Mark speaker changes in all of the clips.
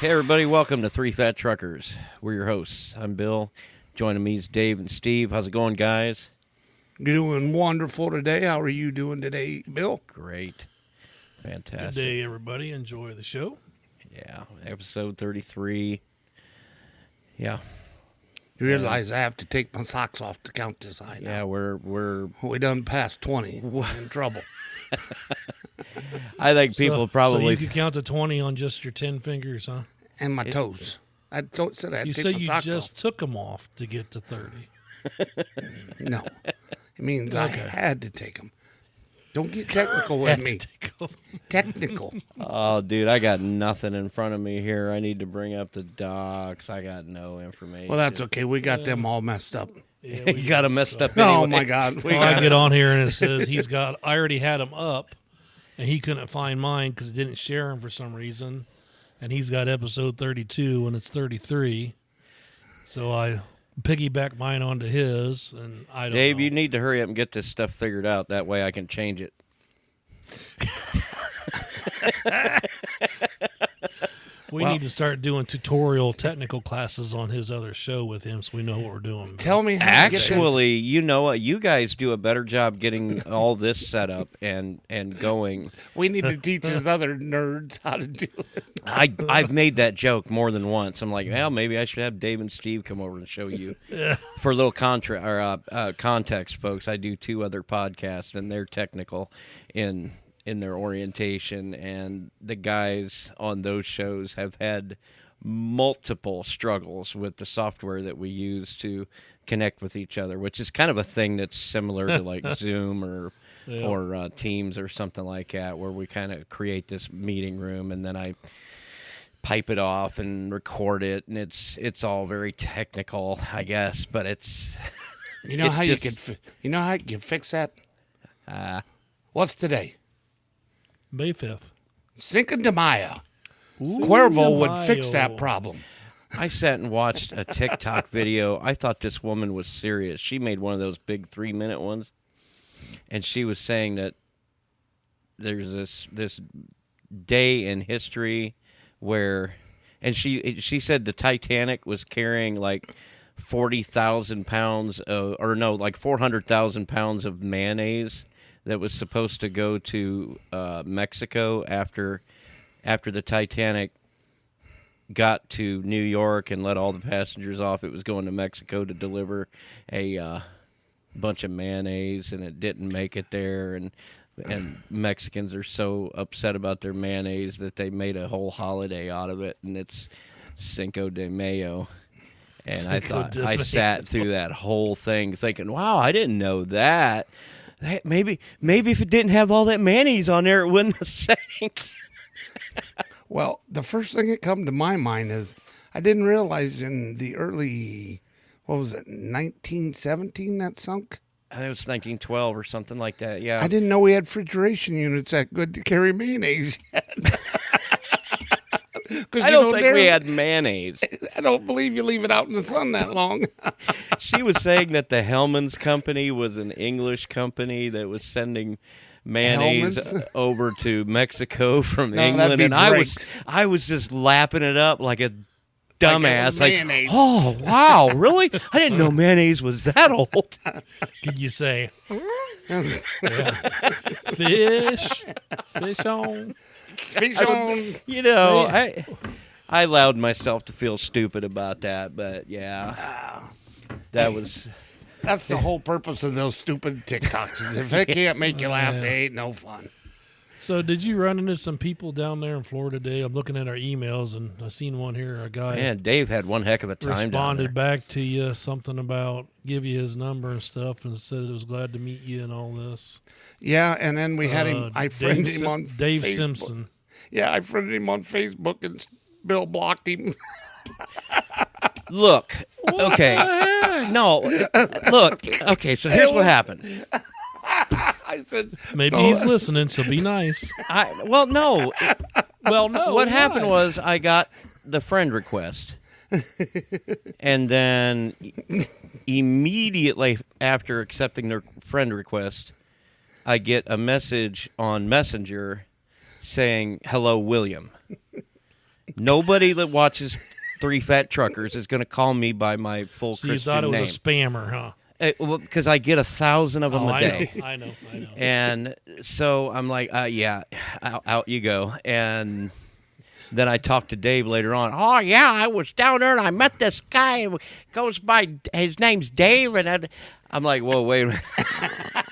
Speaker 1: Hey, everybody, welcome to Three Fat Truckers. We're your hosts. I'm Bill. Joining me is Dave and Steve. How's it going, guys?
Speaker 2: You're doing wonderful today. How are you doing today, Bill?
Speaker 1: Great.
Speaker 3: Good
Speaker 1: Fantastic.
Speaker 3: day, everybody. Enjoy the show.
Speaker 1: Yeah, episode 33. Yeah,
Speaker 2: You realize I have to take my socks off to count this. I know.
Speaker 1: yeah, we're, we're,
Speaker 2: We done past 20. We're in trouble.
Speaker 1: I think people
Speaker 3: So- So
Speaker 1: probably,
Speaker 3: you could count to 20 on just your 10 fingers, huh?
Speaker 2: And my toes. I to- said I had
Speaker 3: You
Speaker 2: to
Speaker 3: say
Speaker 2: take my
Speaker 3: you
Speaker 2: socks
Speaker 3: just took them off to get to 30.
Speaker 2: off. No. It means I had to take them. Don't get technical with
Speaker 3: Had to
Speaker 2: me.
Speaker 3: take 'em.
Speaker 2: Technical.
Speaker 1: oh, dude, I got nothing in front of me here. I need to bring up the docs. I got no information.
Speaker 2: Well, that's okay. We got them all messed up.
Speaker 3: Yeah, we-
Speaker 1: you got a messed up.
Speaker 2: Oh,
Speaker 1: anyway.
Speaker 2: my God. We
Speaker 3: Well, I
Speaker 2: got
Speaker 3: get on here and it says he's got, I already had him up and he couldn't find mine because it didn't share him for some reason. And he's got episode 32 when it's 33. So I piggyback mine onto his and I don't
Speaker 1: Dave,
Speaker 3: know.
Speaker 1: you need to hurry up and get this stuff figured out. That way I can change it.
Speaker 3: we need to start doing tutorial technical classes on his other show with him so we know what we're doing. man.
Speaker 2: Tell me how to
Speaker 1: Actually, you know what? You guys do a better job getting all this set up and and going.
Speaker 2: get this. We need to teach his other nerds how to do it.
Speaker 1: I I've made that joke more than once. I'm like, well, maybe I should have Dave and Steve come over and show you for a little contra or uh, uh, context, folks. I do two other podcasts, and they're technical in in their orientation, and the guys on those shows have had multiple struggles with the software that we use to connect with each other, which is kind of a thing that's similar to like Zoom or or uh, Teams or something like that, where we kind of create this meeting room, and then I pipe it off and record it, and it's it's all very technical, I guess, but it's
Speaker 2: You know
Speaker 1: It
Speaker 2: how
Speaker 1: just-
Speaker 2: you could. Fi- you know how you could fix that. Uh, What's today?
Speaker 3: May 5th.
Speaker 2: Cinco de Mayo. Cuervo
Speaker 3: de
Speaker 2: would fix that
Speaker 3: Mayo.
Speaker 2: problem.
Speaker 1: I sat and watched a TikTok video. I thought this woman was serious. She made one of those big three minute ones, and she was saying that there's this this day in history where, and she she said the Titanic was carrying like forty thousand pounds of, or no, like four hundred thousand pounds of mayonnaise that was supposed to go to uh, Mexico after after the Titanic got to New York and let all the passengers off. It was going to Mexico to deliver a uh, bunch of mayonnaise, and it didn't make it there. And and Mexicans are so upset about their mayonnaise that they made a whole holiday out of it, and it's Cinco de Mayo. And I
Speaker 3: Cinco
Speaker 1: thought
Speaker 3: de
Speaker 1: I
Speaker 3: Mayo.
Speaker 1: sat through that whole thing thinking, "Wow, I didn't know that." That maybe maybe if it didn't have all that mayonnaise on there, it wouldn't have sank.
Speaker 2: Well, the first thing that come to my mind is I didn't realize in the early, what was it, 1917 that sunk?
Speaker 1: I think it was 1912 or something like that. Yeah,
Speaker 2: I didn't know we had refrigeration units that good to carry mayonnaise yet. 'Cause
Speaker 1: I
Speaker 2: you
Speaker 1: don't
Speaker 2: know,
Speaker 1: think we
Speaker 2: there-
Speaker 1: had mayonnaise.
Speaker 2: I don't believe you leave it out in the sun that long.
Speaker 1: she was saying that the Hellman's company was an English company that was sending mayonnaise
Speaker 2: Hellmann's?
Speaker 1: over to Mexico from
Speaker 2: No, that'd
Speaker 1: England,
Speaker 2: be
Speaker 1: and I was
Speaker 2: Drake's.
Speaker 1: I was just lapping it up like a dumbass. Like,
Speaker 2: mayonnaise.
Speaker 1: oh wow, really? I didn't know mayonnaise was that old.
Speaker 3: Could you say fish? Fish on.
Speaker 2: Fish on.
Speaker 1: You know, I I allowed myself to feel stupid about that, but yeah, that was.
Speaker 2: That's the whole purpose of those stupid TikToks. Is if they can't make you laugh, they ain't no fun.
Speaker 3: So, did you run into some people down there in Florida today? I'm looking at our emails, and I seen one here. A guy
Speaker 1: Man, Dave had one heck of a time. down there.
Speaker 3: responded back to you something about give you his number and stuff, and said it was glad to meet you and all this.
Speaker 2: Yeah, and then we had him.
Speaker 3: Uh,
Speaker 2: I
Speaker 3: Dave
Speaker 2: friended
Speaker 3: Sim-
Speaker 2: him on
Speaker 3: Dave
Speaker 2: Facebook.
Speaker 3: Simpson.
Speaker 2: Yeah, I friended him on Facebook, and s- Bill blocked him.
Speaker 1: Look, okay. No, look, okay, so here's what
Speaker 2: was-
Speaker 1: happened.
Speaker 2: I said,
Speaker 3: Maybe
Speaker 2: No,
Speaker 3: he's listening, so be nice.
Speaker 1: I well, no. it-
Speaker 3: Well, no.
Speaker 1: What happened
Speaker 3: why?
Speaker 1: was I got the friend request. and then immediately after accepting their friend request, I get a message on Messenger saying, "Hello William." Nobody that watches Three Fat Truckers is going to call me by my full
Speaker 3: So you
Speaker 1: Christian
Speaker 3: thought it was
Speaker 1: name.
Speaker 3: a spammer, huh?
Speaker 1: because I get a thousand of them
Speaker 3: Oh,
Speaker 1: a
Speaker 3: I
Speaker 1: day.
Speaker 3: know, I know, I know.
Speaker 1: And so I'm like, uh, yeah, out, out you go. And then I talked to Dave later on. Oh yeah, I was down there and I met this guy. who goes by his name's Dave, and I, I'm like, whoa, wait a minute.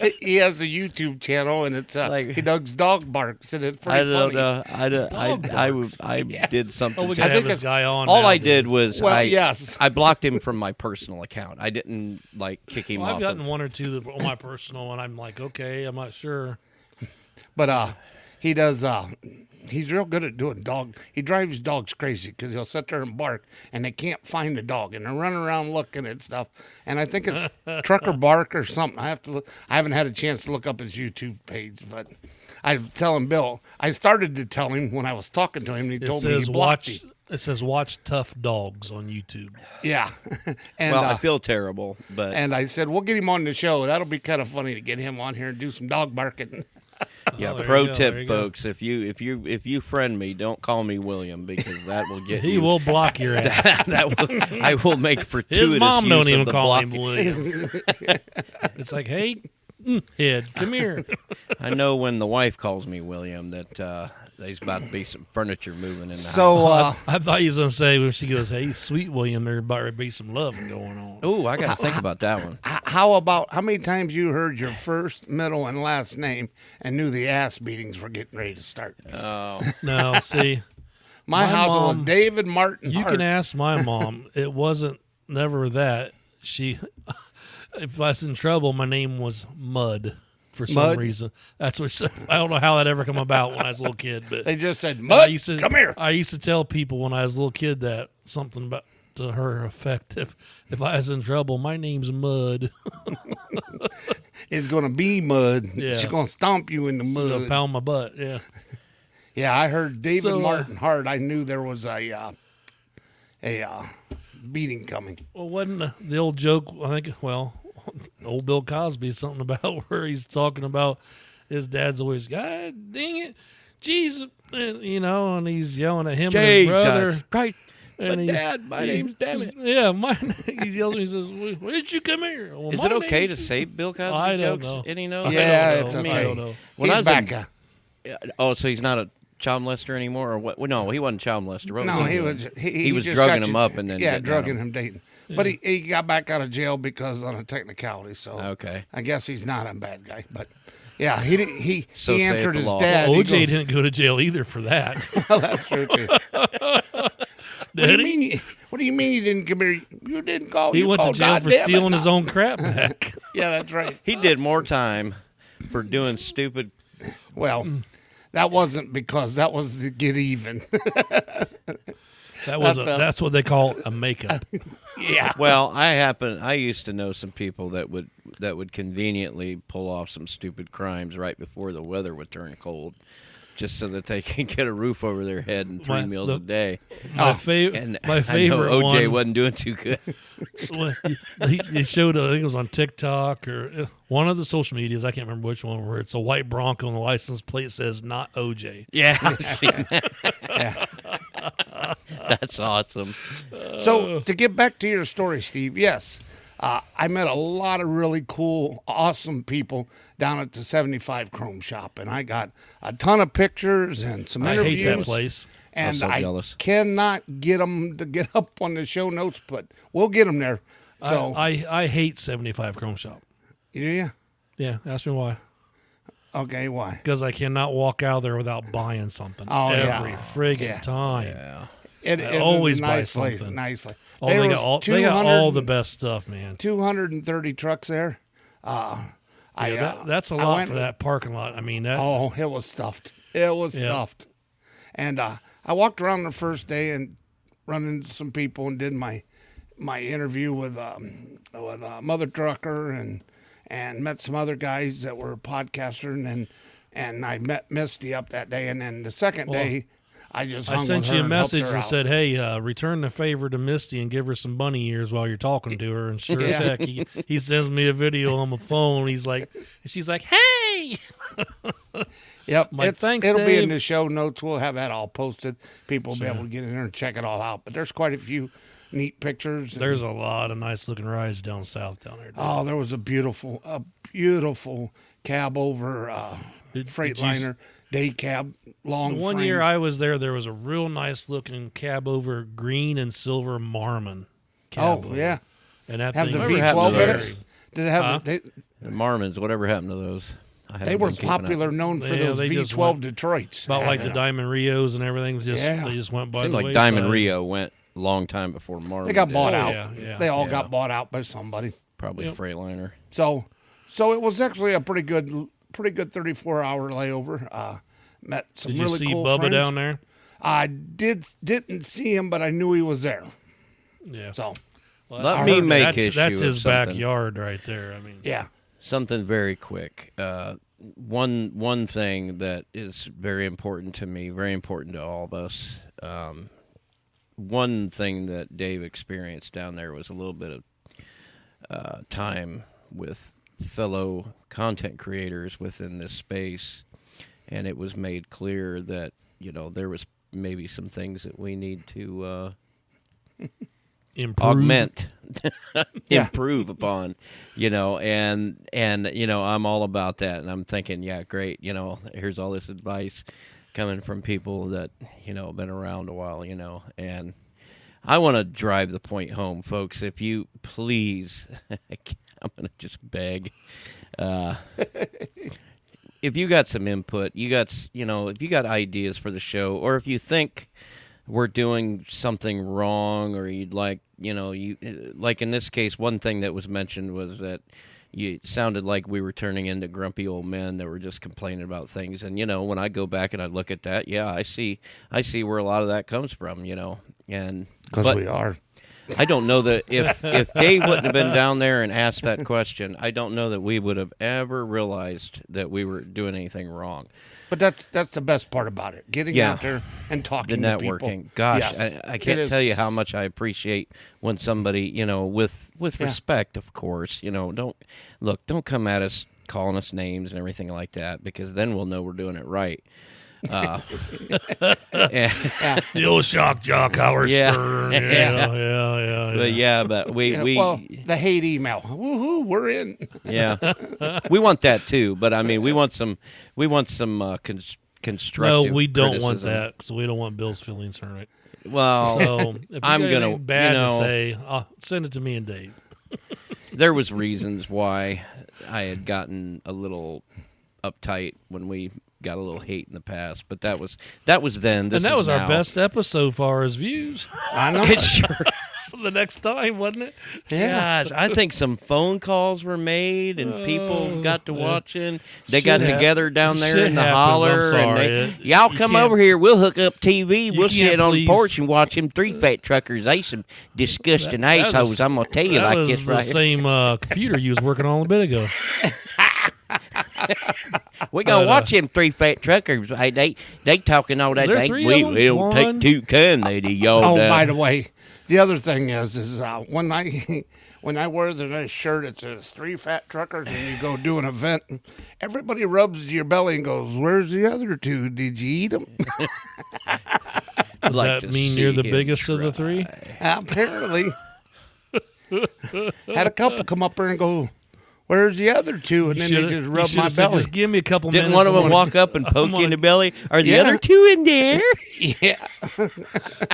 Speaker 2: he has a YouTube channel and it's uh,
Speaker 1: Like-
Speaker 2: he does dog barks and it's pretty
Speaker 1: I don't
Speaker 2: funny.
Speaker 1: know. I don't, I,
Speaker 2: Dog
Speaker 1: I,
Speaker 2: barks.
Speaker 1: I
Speaker 2: Yeah.
Speaker 1: did something.
Speaker 3: Oh, we
Speaker 1: to-
Speaker 3: gotta
Speaker 2: I
Speaker 3: have
Speaker 2: think
Speaker 3: this
Speaker 2: that's-
Speaker 3: guy on.
Speaker 1: All
Speaker 3: now,
Speaker 1: I
Speaker 3: dude.
Speaker 1: did was
Speaker 2: Well,
Speaker 1: I
Speaker 2: yes.
Speaker 1: I blocked him from my personal account. I didn't like kick him
Speaker 3: Well,
Speaker 1: off.
Speaker 3: I've gotten
Speaker 1: of-
Speaker 3: one or two that, on my personal, and I'm like, okay, I'm not sure.
Speaker 2: But uh, he does. Uh, he's real good at doing dog. He drives dogs crazy because he'll sit there and bark, and they can't find the dog, and they're running around looking at stuff. And I think it's Trucker Bark or something. I have to. Look, I haven't had a chance to look up his YouTube page, but I was telling Bill. I started to tell him when I was talking to him. And he
Speaker 3: It
Speaker 2: told me
Speaker 3: says
Speaker 2: he blocked
Speaker 3: watch.
Speaker 2: me.
Speaker 3: It says watch tough dogs on YouTube.
Speaker 2: Yeah, and
Speaker 1: well,
Speaker 2: uh,
Speaker 1: I feel terrible, but
Speaker 2: and I said we'll get him on the show. That'll be kind of funny to get him on here and do some dog barking.
Speaker 1: yeah.
Speaker 3: Oh, there you
Speaker 1: pro
Speaker 3: go, there
Speaker 1: tip,
Speaker 3: you go.
Speaker 1: folks: if you if you if you friend me, don't call me William because that will get
Speaker 3: He
Speaker 1: you.
Speaker 3: will block your ass.
Speaker 1: that will, I will make fortuitous
Speaker 3: His mom
Speaker 1: use
Speaker 3: don't
Speaker 1: of
Speaker 3: even
Speaker 1: the
Speaker 3: call
Speaker 1: block.
Speaker 3: him William. it's like, hey, mm, head, come here.
Speaker 1: I know when the wife calls me William that uh, there's about to be some furniture moving in the house.
Speaker 2: So uh,
Speaker 3: I thought you was gonna say when she goes, "Hey, sweet William, there about to be some love going on."
Speaker 1: Oh, I got to think about that one.
Speaker 2: H- how about how many times you heard your first, middle, and last name and knew the ass beatings were getting ready to start?
Speaker 3: No, see,
Speaker 2: my,
Speaker 3: my
Speaker 2: house
Speaker 3: mom-
Speaker 2: was David Martin.
Speaker 3: you
Speaker 2: Hart.
Speaker 3: can ask my mom. It wasn't never that she. If I was in trouble, my name was Mud for some
Speaker 2: Mud?
Speaker 3: reason. That's what I don't know how that ever come about when I was a little kid, but
Speaker 2: they just said,
Speaker 3: I
Speaker 2: Mud,
Speaker 3: used to
Speaker 2: come here.
Speaker 3: I used to tell people when I was a little kid that something about to her effect. If if I was in trouble, my name's Mud.
Speaker 2: It's going to be mud.
Speaker 3: Yeah.
Speaker 2: She's going to stomp you in the mud.
Speaker 3: Pound my butt. Yeah.
Speaker 2: yeah, I heard David
Speaker 3: So, uh,
Speaker 2: Martin Hart. I knew there was a uh, a uh, beating coming.
Speaker 3: Well, wasn't the- the old joke? I think. Well, old Bill Cosby something about where he's talking about his dad's always God dang it, geez, and, you know, and he's yelling at him
Speaker 1: Jesus
Speaker 3: and his brother.
Speaker 1: Christ.
Speaker 3: and
Speaker 1: But Dad, my name's David.
Speaker 3: Yeah, my he yells. at me, He says, "Why- "Why did you come here?" Well,
Speaker 1: Is
Speaker 3: my
Speaker 1: it okay to
Speaker 3: name's-
Speaker 1: say Bill Cosby
Speaker 3: I don't
Speaker 1: jokes?
Speaker 3: know.
Speaker 1: Any know?
Speaker 2: Yeah,
Speaker 3: know.
Speaker 2: it's
Speaker 3: I
Speaker 2: okay.
Speaker 3: don't know.
Speaker 1: When I
Speaker 2: He's
Speaker 1: was in-
Speaker 2: back. uh,
Speaker 1: Oh, so he's not a child molester anymore, or what? Well, no, he wasn't a child molester. What
Speaker 2: No, he
Speaker 1: doing?
Speaker 2: was he,
Speaker 1: He was
Speaker 2: just
Speaker 1: drugging
Speaker 2: got
Speaker 1: him
Speaker 2: you-
Speaker 1: up and then
Speaker 2: yeah,
Speaker 1: getting on
Speaker 2: drugging
Speaker 1: him.
Speaker 2: him, dating. But he, he got back out of jail because on a technicality. So
Speaker 1: Okay.
Speaker 2: I guess he's not a bad guy. But yeah, he didn't- he
Speaker 1: So
Speaker 2: he
Speaker 1: saith
Speaker 2: answered
Speaker 1: the
Speaker 2: his
Speaker 1: law.
Speaker 2: dad.
Speaker 3: OJ
Speaker 2: He goes,
Speaker 3: didn't go to jail either for that.
Speaker 1: Oh,
Speaker 2: "Well, that's true too. what do
Speaker 3: Did
Speaker 2: you
Speaker 3: he?
Speaker 2: mean? You, what do you mean you didn't come here? You didn't call.
Speaker 3: He
Speaker 2: you
Speaker 3: went to
Speaker 2: called,
Speaker 3: jail
Speaker 2: God
Speaker 3: for
Speaker 2: damn it,
Speaker 3: stealing
Speaker 2: no."
Speaker 3: his own crap back.
Speaker 2: Yeah, that's right.
Speaker 1: He did more time for doing stupid.
Speaker 2: Well. That wasn't because that was to get even.
Speaker 3: That was a,
Speaker 2: That's a-
Speaker 3: that's what they call a makeup.
Speaker 2: yeah.
Speaker 1: Well, I happen. I used to know some people that would that would conveniently pull off some stupid crimes right before the weather would turn cold, just so that they can get a roof over their head and three
Speaker 3: My-
Speaker 1: meals
Speaker 3: the-
Speaker 1: a day.
Speaker 3: My, fav-
Speaker 1: And
Speaker 3: my favorite
Speaker 1: I know OJ
Speaker 3: one.
Speaker 1: wasn't doing too good.
Speaker 3: well, he, he showed, uh, I think it was on TikTok or uh, one of the social medias. I can't remember which one, where it's a white Bronco and the license plate says not OJ.
Speaker 1: Yeah, I've seen that. That's awesome.
Speaker 3: Uh.
Speaker 2: So to get back to your story, Steve, yes, uh, I met a lot of really cool, awesome people down at the 75 Chrome Shop, and I got a ton of pictures and some
Speaker 3: I
Speaker 2: interviews.
Speaker 3: hate that place.
Speaker 2: And
Speaker 1: so
Speaker 2: I
Speaker 1: jealous.
Speaker 2: cannot get them to get up on the show notes, but we'll get them there. So
Speaker 3: I, I, I hate 75 Chrome Shop.
Speaker 2: yeah,
Speaker 3: Yeah, ask me why.
Speaker 2: okay, why?
Speaker 3: Because I cannot walk out of there without buying something
Speaker 2: Oh, yeah.
Speaker 3: every friggin'
Speaker 2: Yeah.
Speaker 3: time.
Speaker 2: It, it is
Speaker 3: always
Speaker 2: a
Speaker 3: buy
Speaker 2: nice place,
Speaker 3: something.
Speaker 2: nice place.
Speaker 3: Oh,
Speaker 2: There
Speaker 3: they
Speaker 2: was
Speaker 3: got, all, they got
Speaker 2: 200
Speaker 3: all the best stuff, man.
Speaker 2: 230 trucks there. Uh, I,
Speaker 3: Yeah,
Speaker 2: uh,
Speaker 3: that, that's a
Speaker 2: I
Speaker 3: lot
Speaker 2: went-
Speaker 3: for that parking lot. I mean, that
Speaker 2: Oh, it was stuffed. It was stuffed. And uh, I walked around the first day and run into some people and did my my interview with um, with uh, Mother Trucker and and met some other guys that were podcaster and then, and I met Misty up that day and then the second day I just hung
Speaker 3: I
Speaker 2: with
Speaker 3: sent
Speaker 2: her
Speaker 3: you a
Speaker 2: and helped
Speaker 3: message
Speaker 2: her
Speaker 3: and
Speaker 2: out.
Speaker 3: said, "Hey, uh, return the favor to Misty and give her some bunny ears while you're talking to her." And sure as
Speaker 2: Yeah.
Speaker 3: heck, he, he sends me a video on my phone. He's like, she's like, "Hey, me.
Speaker 2: Yep.
Speaker 3: My
Speaker 2: it's,
Speaker 3: thanks,
Speaker 2: it'll be in
Speaker 3: Dave.
Speaker 2: the show notes. We'll have that all posted. People will be able to get in there and check it all out. But there's quite a few neat pictures. and-
Speaker 3: There's a lot of nice looking rides down south down there.
Speaker 2: oh, there was a beautiful, a beautiful cab over uh,
Speaker 3: Did- did you s-
Speaker 2: Freightliner day cab long.
Speaker 3: One
Speaker 2: frame.
Speaker 3: year I was there, there was a real nice looking cab over green and silver Marmon.
Speaker 2: oh
Speaker 3: cab over.
Speaker 2: yeah,
Speaker 3: and that
Speaker 2: have the
Speaker 3: thing
Speaker 1: Whatever
Speaker 2: V
Speaker 3: was
Speaker 1: happened
Speaker 2: twelve
Speaker 1: to
Speaker 2: in
Speaker 1: those?
Speaker 2: it.
Speaker 3: very-
Speaker 2: Did it have
Speaker 3: Huh?
Speaker 2: the, they,
Speaker 1: The Marmons, whatever happened to those? I haven't
Speaker 2: they were
Speaker 1: been keeping up.
Speaker 2: popular, known for
Speaker 3: Yeah,
Speaker 2: those
Speaker 3: they
Speaker 2: V
Speaker 3: just
Speaker 2: twelve Detroits.
Speaker 3: About like the
Speaker 2: Yeah.
Speaker 3: Diamond Rios and everything was just
Speaker 2: Yeah.
Speaker 3: they just went by.
Speaker 1: Seemed
Speaker 3: the
Speaker 1: like
Speaker 3: wayside.
Speaker 1: Diamond Rio went a long time before Marmon.
Speaker 2: They got
Speaker 1: did.
Speaker 2: bought
Speaker 3: Oh,
Speaker 2: out.
Speaker 3: yeah, yeah,
Speaker 2: they all
Speaker 1: yeah.
Speaker 2: got bought out by somebody.
Speaker 1: Probably
Speaker 3: Yep.
Speaker 1: Freightliner.
Speaker 2: So, so it was actually a pretty good, pretty good thirty-four hour layover. Uh, met some
Speaker 3: Did you
Speaker 2: really
Speaker 3: see
Speaker 2: cool
Speaker 3: Bubba
Speaker 2: friends.
Speaker 3: down there?
Speaker 2: I did didn't see him, but I knew he was there.
Speaker 3: Yeah.
Speaker 2: So,
Speaker 1: Let
Speaker 3: I
Speaker 1: me
Speaker 3: heard
Speaker 1: make
Speaker 3: that's,
Speaker 1: issue
Speaker 3: That's
Speaker 1: of
Speaker 3: his
Speaker 1: something.
Speaker 3: backyard right there. I mean,
Speaker 2: yeah,
Speaker 1: something very quick. Uh, one one thing that is very important to me, very important to all of us. Um, one thing that Dave experienced down there was a little bit of uh, time with fellow content creators within this space, and it was made clear that you know there was maybe some things that we need to. Uh,
Speaker 3: improve.
Speaker 1: augment
Speaker 2: Yeah.
Speaker 1: improve upon you know and and you know i'm all about that and i'm thinking yeah great you know here's all this advice coming from people that you know been around a while you know and i want to drive the point home folks if you please i'm gonna just beg uh if you got some input, you got s- you know, if you got ideas for the show, or if you think we're doing something wrong, or you'd like, you know, you uh, like in this case, one thing that was mentioned was that you it sounded like we were turning into grumpy old men that were just complaining about things. And you know, when I go back and I look at that, yeah, I see, I see where a lot of that comes from, you know, and
Speaker 2: because
Speaker 1: but-
Speaker 2: we are.
Speaker 1: I don't know that if if Dave wouldn't have been down there and asked that question, I don't know that we would have ever realized that we were doing anything wrong.
Speaker 2: But that's that's the best part about it: getting
Speaker 1: Yeah.
Speaker 2: out there and
Speaker 1: The
Speaker 2: talking. To
Speaker 1: networking,
Speaker 2: people.
Speaker 1: gosh,
Speaker 2: Yes.
Speaker 1: I, I
Speaker 2: It
Speaker 1: can't
Speaker 2: is-
Speaker 1: tell you how much I appreciate when somebody, you know, with with
Speaker 2: Yeah.
Speaker 1: respect, of course, you know, don't look, don't come at us calling us names and everything like that because then we'll know we're doing it right. Uh, and-
Speaker 3: The old shock jock Howard
Speaker 1: Yeah.
Speaker 3: Stern. Yeah, yeah, yeah. yeah.
Speaker 1: but yeah, but we
Speaker 2: Yeah,
Speaker 1: we
Speaker 2: well, the hate email. Woohoo! We're in.
Speaker 1: Yeah, we want that too, but I mean, we want some, we want some uh, cons-
Speaker 3: no,
Speaker 1: constructive.
Speaker 3: we don't want
Speaker 1: criticism.
Speaker 3: that because we don't want Bill's feelings hurt.
Speaker 1: Well,
Speaker 3: So if you
Speaker 1: I'm
Speaker 3: got
Speaker 1: gonna-
Speaker 3: anything
Speaker 1: you
Speaker 3: bad
Speaker 1: know-
Speaker 3: to say, uh, send it to me and Dave.
Speaker 1: there was reasons why I had gotten a little uptight when we got a little hate in the past, but that was that was then. This
Speaker 3: and that
Speaker 1: is
Speaker 3: was
Speaker 1: now.
Speaker 3: our best episode far as views.
Speaker 2: I know.
Speaker 1: It sure
Speaker 3: So the next time, wasn't it?
Speaker 2: yeah.
Speaker 1: Gosh, I think some phone calls were made and people got to watching. They
Speaker 3: Oh, Shit
Speaker 1: got
Speaker 3: hap-
Speaker 1: together down there
Speaker 3: shit
Speaker 1: in the
Speaker 3: happens,
Speaker 1: holler,
Speaker 3: I'm sorry.
Speaker 1: and
Speaker 3: It-
Speaker 1: they, y'all
Speaker 3: you
Speaker 1: come
Speaker 3: can't-
Speaker 1: over here. We'll hook up TV. We'll
Speaker 3: can't
Speaker 1: sit on the
Speaker 3: please-
Speaker 1: porch and watch them three fat truckers. They some disgusting
Speaker 3: that was-
Speaker 1: assholes. I'm gonna tell you
Speaker 3: that
Speaker 1: like
Speaker 3: was
Speaker 1: this
Speaker 3: the
Speaker 1: right. here.
Speaker 3: same uh, computer you was working on a bit ago.
Speaker 1: We gonna
Speaker 3: uh,
Speaker 1: watch them three fat truckers. Hey, they they talking all that.
Speaker 3: there
Speaker 1: They,
Speaker 3: three
Speaker 1: we
Speaker 3: of 'em?
Speaker 1: we don't take
Speaker 3: One?
Speaker 1: two kindly to y'all.
Speaker 2: Oh,
Speaker 1: down
Speaker 2: by the way, the other thing is, is uh, when I when I wear the nice shirt, it says three fat truckers, and you go do an event, everybody rubs your belly and goes, "Where's the other two? Did you eat them?"
Speaker 1: I'd
Speaker 3: Does
Speaker 1: like
Speaker 3: that
Speaker 1: to
Speaker 3: mean you're
Speaker 1: see
Speaker 3: the
Speaker 1: him
Speaker 3: biggest of the
Speaker 1: try.
Speaker 3: three?
Speaker 2: Apparently, had a couple come up here and go, "Where's the other two? And
Speaker 3: You
Speaker 2: then they
Speaker 3: should've-
Speaker 2: just
Speaker 3: you
Speaker 2: rub my
Speaker 3: should've said,
Speaker 2: belly.
Speaker 3: Just give me a couple
Speaker 1: Didn't
Speaker 3: minutes.
Speaker 1: one of
Speaker 3: and
Speaker 1: them
Speaker 3: we'll-
Speaker 1: walk up and poke you in
Speaker 3: like-
Speaker 1: the belly? Are the
Speaker 2: Yeah.
Speaker 1: other two in there?
Speaker 2: yeah,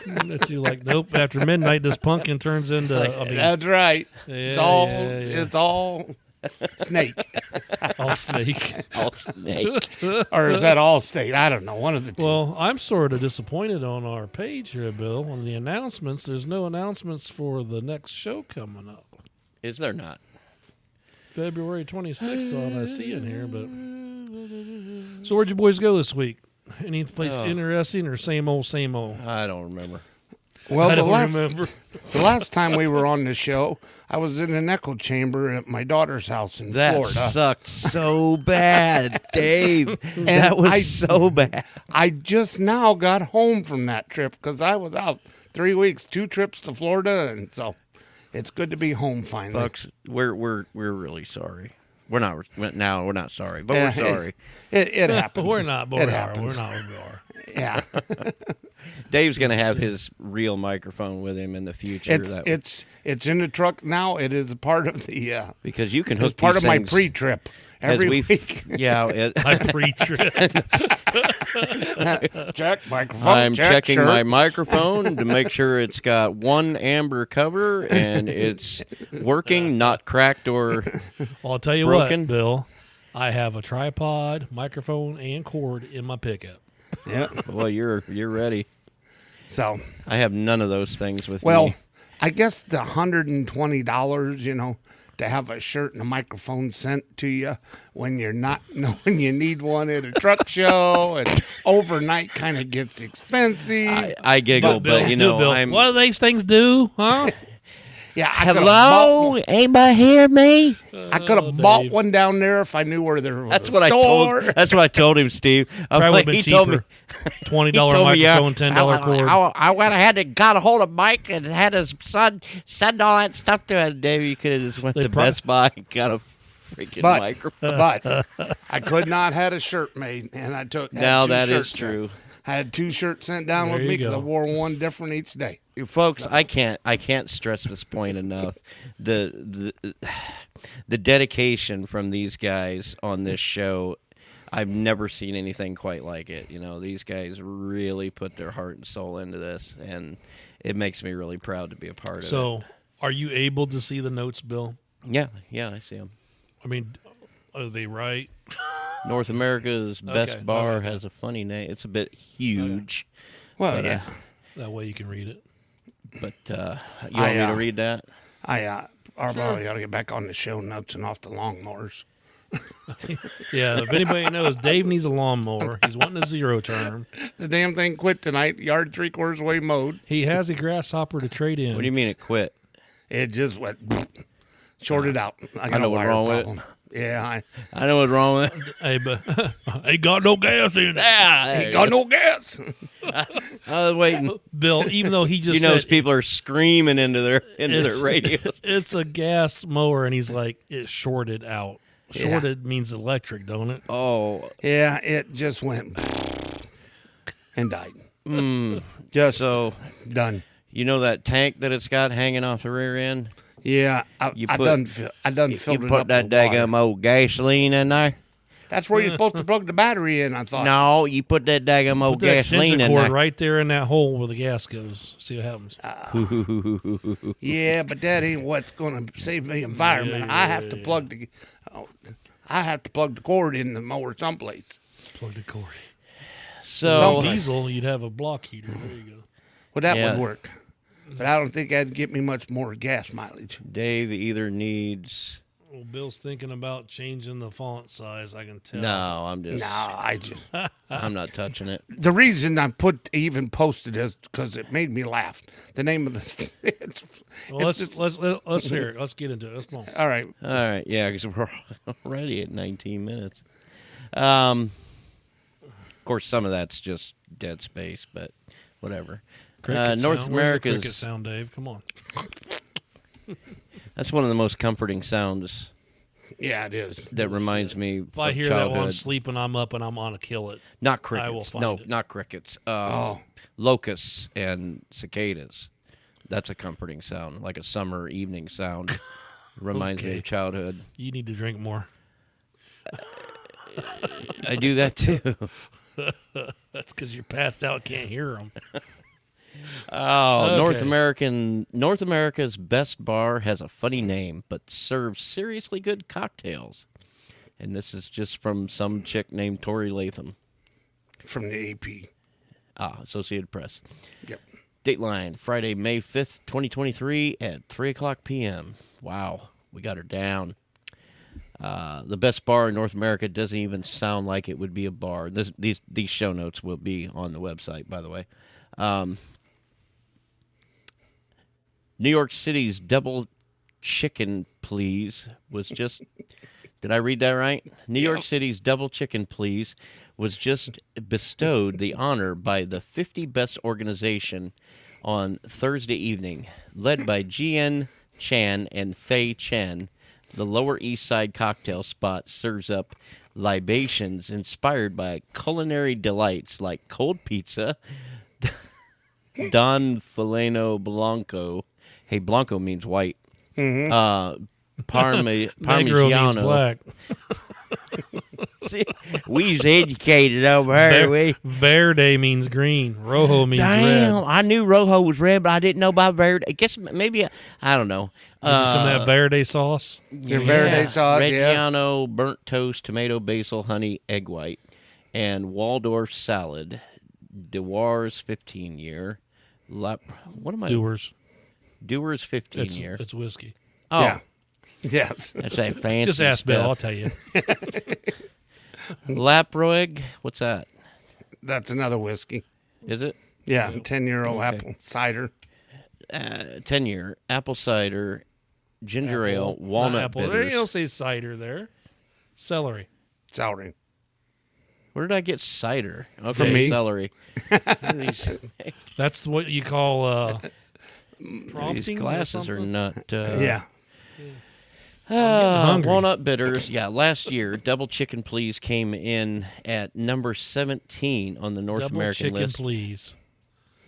Speaker 3: It's you like, nope. After midnight, this pumpkin turns into. I mean,
Speaker 2: that's right. it's
Speaker 3: Yeah,
Speaker 2: all.
Speaker 3: yeah, yeah.
Speaker 2: It's all snake,
Speaker 3: all snake.
Speaker 1: Oh, snake.
Speaker 2: or is that all state? I don't know. One of the two.
Speaker 3: Well, I'm sort of disappointed on our page here, Bill. On the announcements, there's no announcements for the next show coming up.
Speaker 1: Is there not?
Speaker 3: February 26th, all I see in here. But so, where'd you boys go this week? Any place
Speaker 1: Oh.
Speaker 3: interesting or same old, same old?
Speaker 1: I don't remember.
Speaker 2: well,
Speaker 3: I
Speaker 2: the
Speaker 3: don't
Speaker 2: last
Speaker 3: remember.
Speaker 2: The last time we were on the show, I was in an echo chamber at my daughter's house in
Speaker 1: That
Speaker 2: Florida.
Speaker 1: sucked so bad, Dave. that was
Speaker 2: I-
Speaker 1: so bad.
Speaker 2: I just now got home from that trip because I was out three weeks, two trips to Florida, and so it's good to be home finally.
Speaker 1: Bucks, we're we're we're really sorry. We're not we're- now. We're not sorry, but
Speaker 2: Yeah,
Speaker 1: we're sorry.
Speaker 2: It, it happens.
Speaker 3: We're not, but
Speaker 2: It
Speaker 3: we are. We're
Speaker 2: happens.
Speaker 3: not, we are.
Speaker 2: Yeah.
Speaker 1: Dave's gonna have his real microphone with him in the future.
Speaker 2: It's
Speaker 1: that-
Speaker 2: it's it's in the truck now. It is a part of the uh,
Speaker 1: because you can
Speaker 2: it's
Speaker 1: hook
Speaker 2: part
Speaker 1: these
Speaker 2: of my
Speaker 1: things
Speaker 2: pre-trip
Speaker 1: as
Speaker 2: every
Speaker 1: we-
Speaker 2: week.
Speaker 1: Yeah, it,
Speaker 3: I pre-trip.
Speaker 2: check microphone.
Speaker 1: I'm
Speaker 2: check,
Speaker 1: checking
Speaker 2: shirt.
Speaker 1: my microphone to make sure it's got one amber cover and it's working, not cracked or
Speaker 3: Well, I'll tell you
Speaker 1: Broken.
Speaker 3: what, Bill. I have a tripod, microphone, and cord in my pickup.
Speaker 2: Yeah.
Speaker 1: well, you're you're ready.
Speaker 2: So
Speaker 1: I have none of those things with
Speaker 2: well,
Speaker 1: me.
Speaker 2: I guess the hundred and twenty dollars, you know, to have a shirt and a microphone sent to you when you're not knowing you need one at a truck show and overnight kind of gets expensive.
Speaker 1: I, I giggle, but,
Speaker 3: Bill,
Speaker 1: you know,
Speaker 3: Bill,
Speaker 1: I'm
Speaker 3: what do these things do, huh?
Speaker 2: yeah, I could've bought
Speaker 1: hello. Anybody hear me?
Speaker 2: I could have bought one down there if I knew where there was.
Speaker 1: Oh, That's
Speaker 2: a
Speaker 1: what I
Speaker 2: store.
Speaker 1: told. That's what I told him, Steve. I'm
Speaker 3: Probably
Speaker 1: like,
Speaker 3: would've been
Speaker 1: he told me.
Speaker 3: cheaper. Twenty
Speaker 1: he
Speaker 3: dollar
Speaker 1: told me, yeah,
Speaker 3: microphone, ten dollar
Speaker 1: I,
Speaker 3: cord.
Speaker 1: I, I went ahead and got a hold of Mike and had his son send all that stuff to him. Dave, you could have just went
Speaker 3: They
Speaker 1: to
Speaker 3: prob-
Speaker 1: Best Buy and got a freaking
Speaker 2: But,
Speaker 1: microphone.
Speaker 2: but I could not had a shirt made, and I took. had
Speaker 1: Now
Speaker 2: two
Speaker 1: that is
Speaker 2: shirts sent.
Speaker 1: true.
Speaker 2: I had two shirts sent down
Speaker 3: There
Speaker 2: with me
Speaker 3: you
Speaker 2: because I
Speaker 3: go.
Speaker 2: wore one different each day.
Speaker 1: You folks i can't i can't stress this point enough the the the dedication from these guys on this show i've never seen anything quite like it you know these guys really put their heart and soul into this and it makes me really proud to be a part of it
Speaker 3: So, are you able to see the notes, Bill?
Speaker 1: yeah yeah i see them
Speaker 3: I mean, are they right?
Speaker 1: north america's best
Speaker 3: Okay,
Speaker 1: bar
Speaker 3: okay.
Speaker 1: has a funny name it's a bit huge
Speaker 2: Well,
Speaker 1: Oh,
Speaker 2: uh, yeah,
Speaker 3: That way you can read it.
Speaker 1: but uh you
Speaker 2: I,
Speaker 1: want me
Speaker 2: uh,
Speaker 1: to read that
Speaker 2: I uh, I probably ought to get back on the show notes and off the lawnmowers.
Speaker 3: Yeah, if anybody knows, Dave needs a lawnmower. He's wanting a zero turn.
Speaker 2: The damn thing quit tonight. Yard three quarters away mowed.
Speaker 3: He has a grasshopper to trade in.
Speaker 1: what do you mean it quit
Speaker 2: It just went shorted out. I got
Speaker 1: know
Speaker 2: a
Speaker 1: what's
Speaker 2: wire
Speaker 1: wrong with it.
Speaker 2: problem. Yeah, I
Speaker 1: i know what's wrong with it
Speaker 3: Hey, but ain't got no gas in it.
Speaker 1: ah, there you
Speaker 2: got
Speaker 1: go.
Speaker 2: no gas.
Speaker 1: i was waiting
Speaker 3: Bill, even though he just
Speaker 1: you know,
Speaker 3: said
Speaker 1: as people are screaming into their into their radios.
Speaker 3: it's a gas mower, and he's like, it's shorted out. Shorted means electric, don't it?
Speaker 1: Oh,
Speaker 2: yeah, it just went and died.
Speaker 1: Mm.
Speaker 2: Just
Speaker 1: so
Speaker 2: done.
Speaker 1: you know that tank that it's got hanging off the rear end?
Speaker 2: Yeah, I,
Speaker 1: You
Speaker 2: I
Speaker 1: put-
Speaker 2: done. Fi- I done
Speaker 1: You
Speaker 2: filled it
Speaker 1: put
Speaker 2: up
Speaker 1: that
Speaker 2: with water.
Speaker 1: daggum old gasoline in there?
Speaker 2: That's where you're supposed to plug the battery in. I thought.
Speaker 1: No, you put that daggum old
Speaker 3: Put the
Speaker 1: gasoline
Speaker 3: extension
Speaker 1: in
Speaker 3: cord
Speaker 1: there.
Speaker 3: right there in that hole where the gas goes. See what happens.
Speaker 2: Yeah, but that ain't what's going to save the environment. I have to plug the. Oh, I have to plug the cord in the mower someplace.
Speaker 3: Plug the cord.
Speaker 1: So
Speaker 3: diesel, you'd have a block heater. There you go.
Speaker 2: Well, that
Speaker 1: Yeah.
Speaker 2: would work, but I don't think that'd get me much more gas mileage.
Speaker 1: Dave either needs.
Speaker 3: Well, Bill's thinking about changing the font size. I can tell.
Speaker 1: No, I'm just.
Speaker 2: No, I just
Speaker 1: I'm not touching it.
Speaker 2: the reason I put even posted is because it made me laugh. The name of this. It's,
Speaker 3: Well, let's,
Speaker 2: it's just-
Speaker 3: let's let's let's hear it. Let's get into it. Let's go.
Speaker 1: Uh,
Speaker 2: all right.
Speaker 1: All right, yeah, because we're already at 19 minutes. Um, of course, some of that's just dead space, but whatever. Uh,
Speaker 3: Cricket
Speaker 1: North
Speaker 3: sound. Where's the cricket
Speaker 1: America's
Speaker 3: sound, Dave. Come on.
Speaker 1: That's one of the most comforting sounds
Speaker 2: Yeah, it is.
Speaker 1: that reminds me
Speaker 3: If I
Speaker 1: of
Speaker 3: hear that
Speaker 1: Oh, childhood.
Speaker 3: while I'm sleeping, I'm up and I'm on a kill it.
Speaker 1: not
Speaker 3: I will
Speaker 1: crickets.
Speaker 3: find
Speaker 1: No,
Speaker 3: it. Oh.
Speaker 1: not crickets. Um,
Speaker 2: Oh,
Speaker 1: Locusts and cicadas. That's a comforting sound, like a summer evening sound. Reminds me
Speaker 3: Okay.
Speaker 1: of childhood.
Speaker 3: You need to drink more.
Speaker 1: I do that too.
Speaker 3: That's because you're passed out, can't hear them.
Speaker 1: Oh, North
Speaker 3: Okay.
Speaker 1: American North America's best bar has a funny name, but serves seriously good cocktails. And this is just from some chick named Tori Latham,
Speaker 2: From the AP.
Speaker 1: ah, Associated Press.
Speaker 2: Yep.
Speaker 1: Dateline, Friday, May 5th, 2023, at 3 o'clock p.m. Wow, we got her down. Uh, the best bar in North America doesn't even sound like it would be a bar. This, these these show notes will be on the website, by the way. Um, New York City's double chicken, please, was just. did I read that right? New York City's double chicken, please, was just bestowed the honor by the 50 best organization on Thursday evening, led by G.N. Chan and Fei Chen, the Lower East Side cocktail spot serves up libations inspired by culinary delights like cold pizza, Don Fileno Blanco. Hey, Blanco means white. Uh, Parme,
Speaker 3: Negro Mm-hmm. means
Speaker 1: Parmigiano.
Speaker 3: black.
Speaker 1: See, we's educated over here.
Speaker 3: Ver-
Speaker 1: we.
Speaker 3: Verde means green. Rojo means
Speaker 1: Damn,
Speaker 3: red.
Speaker 1: I knew Rojo was red, but I didn't know about Verde. I guess m- maybe I, I don't know.
Speaker 3: Is it some
Speaker 1: Uh,
Speaker 3: of that Verde sauce.
Speaker 2: Your verde sauce, yeah.
Speaker 1: Reggiano, burnt toast, tomato, basil, honey, egg white, and Waldorf salad. Dewar's 15 year. Lap, what am I?
Speaker 3: Doers.
Speaker 1: Dewar's 15
Speaker 3: It's,
Speaker 1: year.
Speaker 3: it's whiskey.
Speaker 1: oh,
Speaker 2: Yeah. Yes.
Speaker 1: that's that fancy
Speaker 3: Just ask Bill. I'll
Speaker 1: stuff.
Speaker 3: tell you.
Speaker 1: Laproig, what's that?
Speaker 2: That's another whiskey.
Speaker 1: Is it?
Speaker 2: Yeah. 10 year old apple cider.
Speaker 1: Uh, 10 year. Apple cider, ginger ale,
Speaker 3: Not
Speaker 1: walnut
Speaker 3: apple. There
Speaker 1: bitters.
Speaker 3: you don't say cider there. Celery.
Speaker 2: Celery.
Speaker 1: Where did I get cider? Okay,
Speaker 2: me.
Speaker 1: celery. These,
Speaker 3: That's what you call uh,
Speaker 1: these
Speaker 3: prompting.
Speaker 1: glasses are not. Uh,
Speaker 2: yeah.
Speaker 1: Uh,
Speaker 3: hungry.
Speaker 1: walnut bitters. Yeah, last year, Double Chicken Please came in at number 17 on the North
Speaker 3: double
Speaker 1: American
Speaker 3: chicken,
Speaker 1: list.
Speaker 3: please.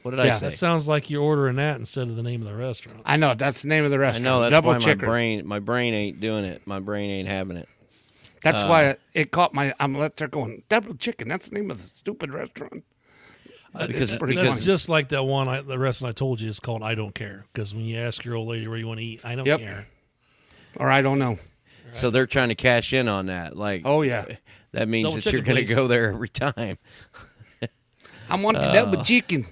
Speaker 1: What did
Speaker 2: Yeah.
Speaker 1: I
Speaker 3: That
Speaker 1: say?
Speaker 3: sounds like you're ordering that instead of the name of the restaurant.
Speaker 2: I know. That's the name of the
Speaker 1: I
Speaker 2: restaurant.
Speaker 1: know that's
Speaker 2: Double
Speaker 1: why
Speaker 2: chicken.
Speaker 1: my brain my brain ain't doing it. My brain ain't having it. uh,
Speaker 2: That's why it, it caught my. I'm let there going double chicken. That's the name of the stupid restaurant.
Speaker 1: Uh, Because
Speaker 2: it's pretty
Speaker 1: because
Speaker 2: funny.
Speaker 3: That's just like that one. I, the restaurant I told you is called I don't care because when you ask your old lady where you want to eat, I don't
Speaker 2: Yep.
Speaker 3: care.
Speaker 2: Or I don't know.
Speaker 1: so they're trying to cash in on that. Like
Speaker 2: Oh yeah,
Speaker 1: that means
Speaker 3: Double
Speaker 1: that you're
Speaker 3: Chicken
Speaker 1: going to
Speaker 3: Please.
Speaker 1: go there every time.
Speaker 2: I want the
Speaker 1: Uh,
Speaker 2: double chicken.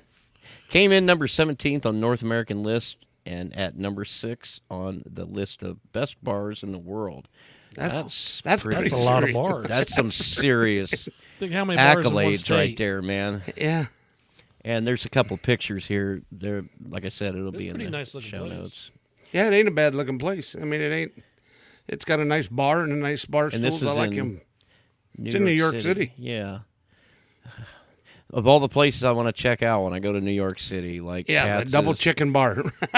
Speaker 1: Came in number 17th on North American list and at number 6 on the list of best bars in the world. That's
Speaker 2: that's
Speaker 1: pretty-
Speaker 2: pretty
Speaker 3: That's a lot of
Speaker 2: Serious.
Speaker 3: bars.
Speaker 1: That's some serious
Speaker 3: Think how many bars in one
Speaker 1: accolades right
Speaker 3: state.
Speaker 1: there, man.
Speaker 2: Yeah,
Speaker 1: And there's a couple pictures here. There, like I said, it'll be in
Speaker 3: pretty
Speaker 1: the
Speaker 3: nice looking
Speaker 1: show
Speaker 3: place.
Speaker 1: notes.
Speaker 2: yeah. It ain't a bad looking place. I mean, it ain't. It's got a nice bar and a nice bar
Speaker 1: And this
Speaker 2: stools. I
Speaker 1: is in-
Speaker 2: like him. It's in New York City.
Speaker 1: Yeah. Of all the places I want to check out when I go to New York City, like
Speaker 2: Yeah, the
Speaker 1: Katz's.
Speaker 2: double chicken bar.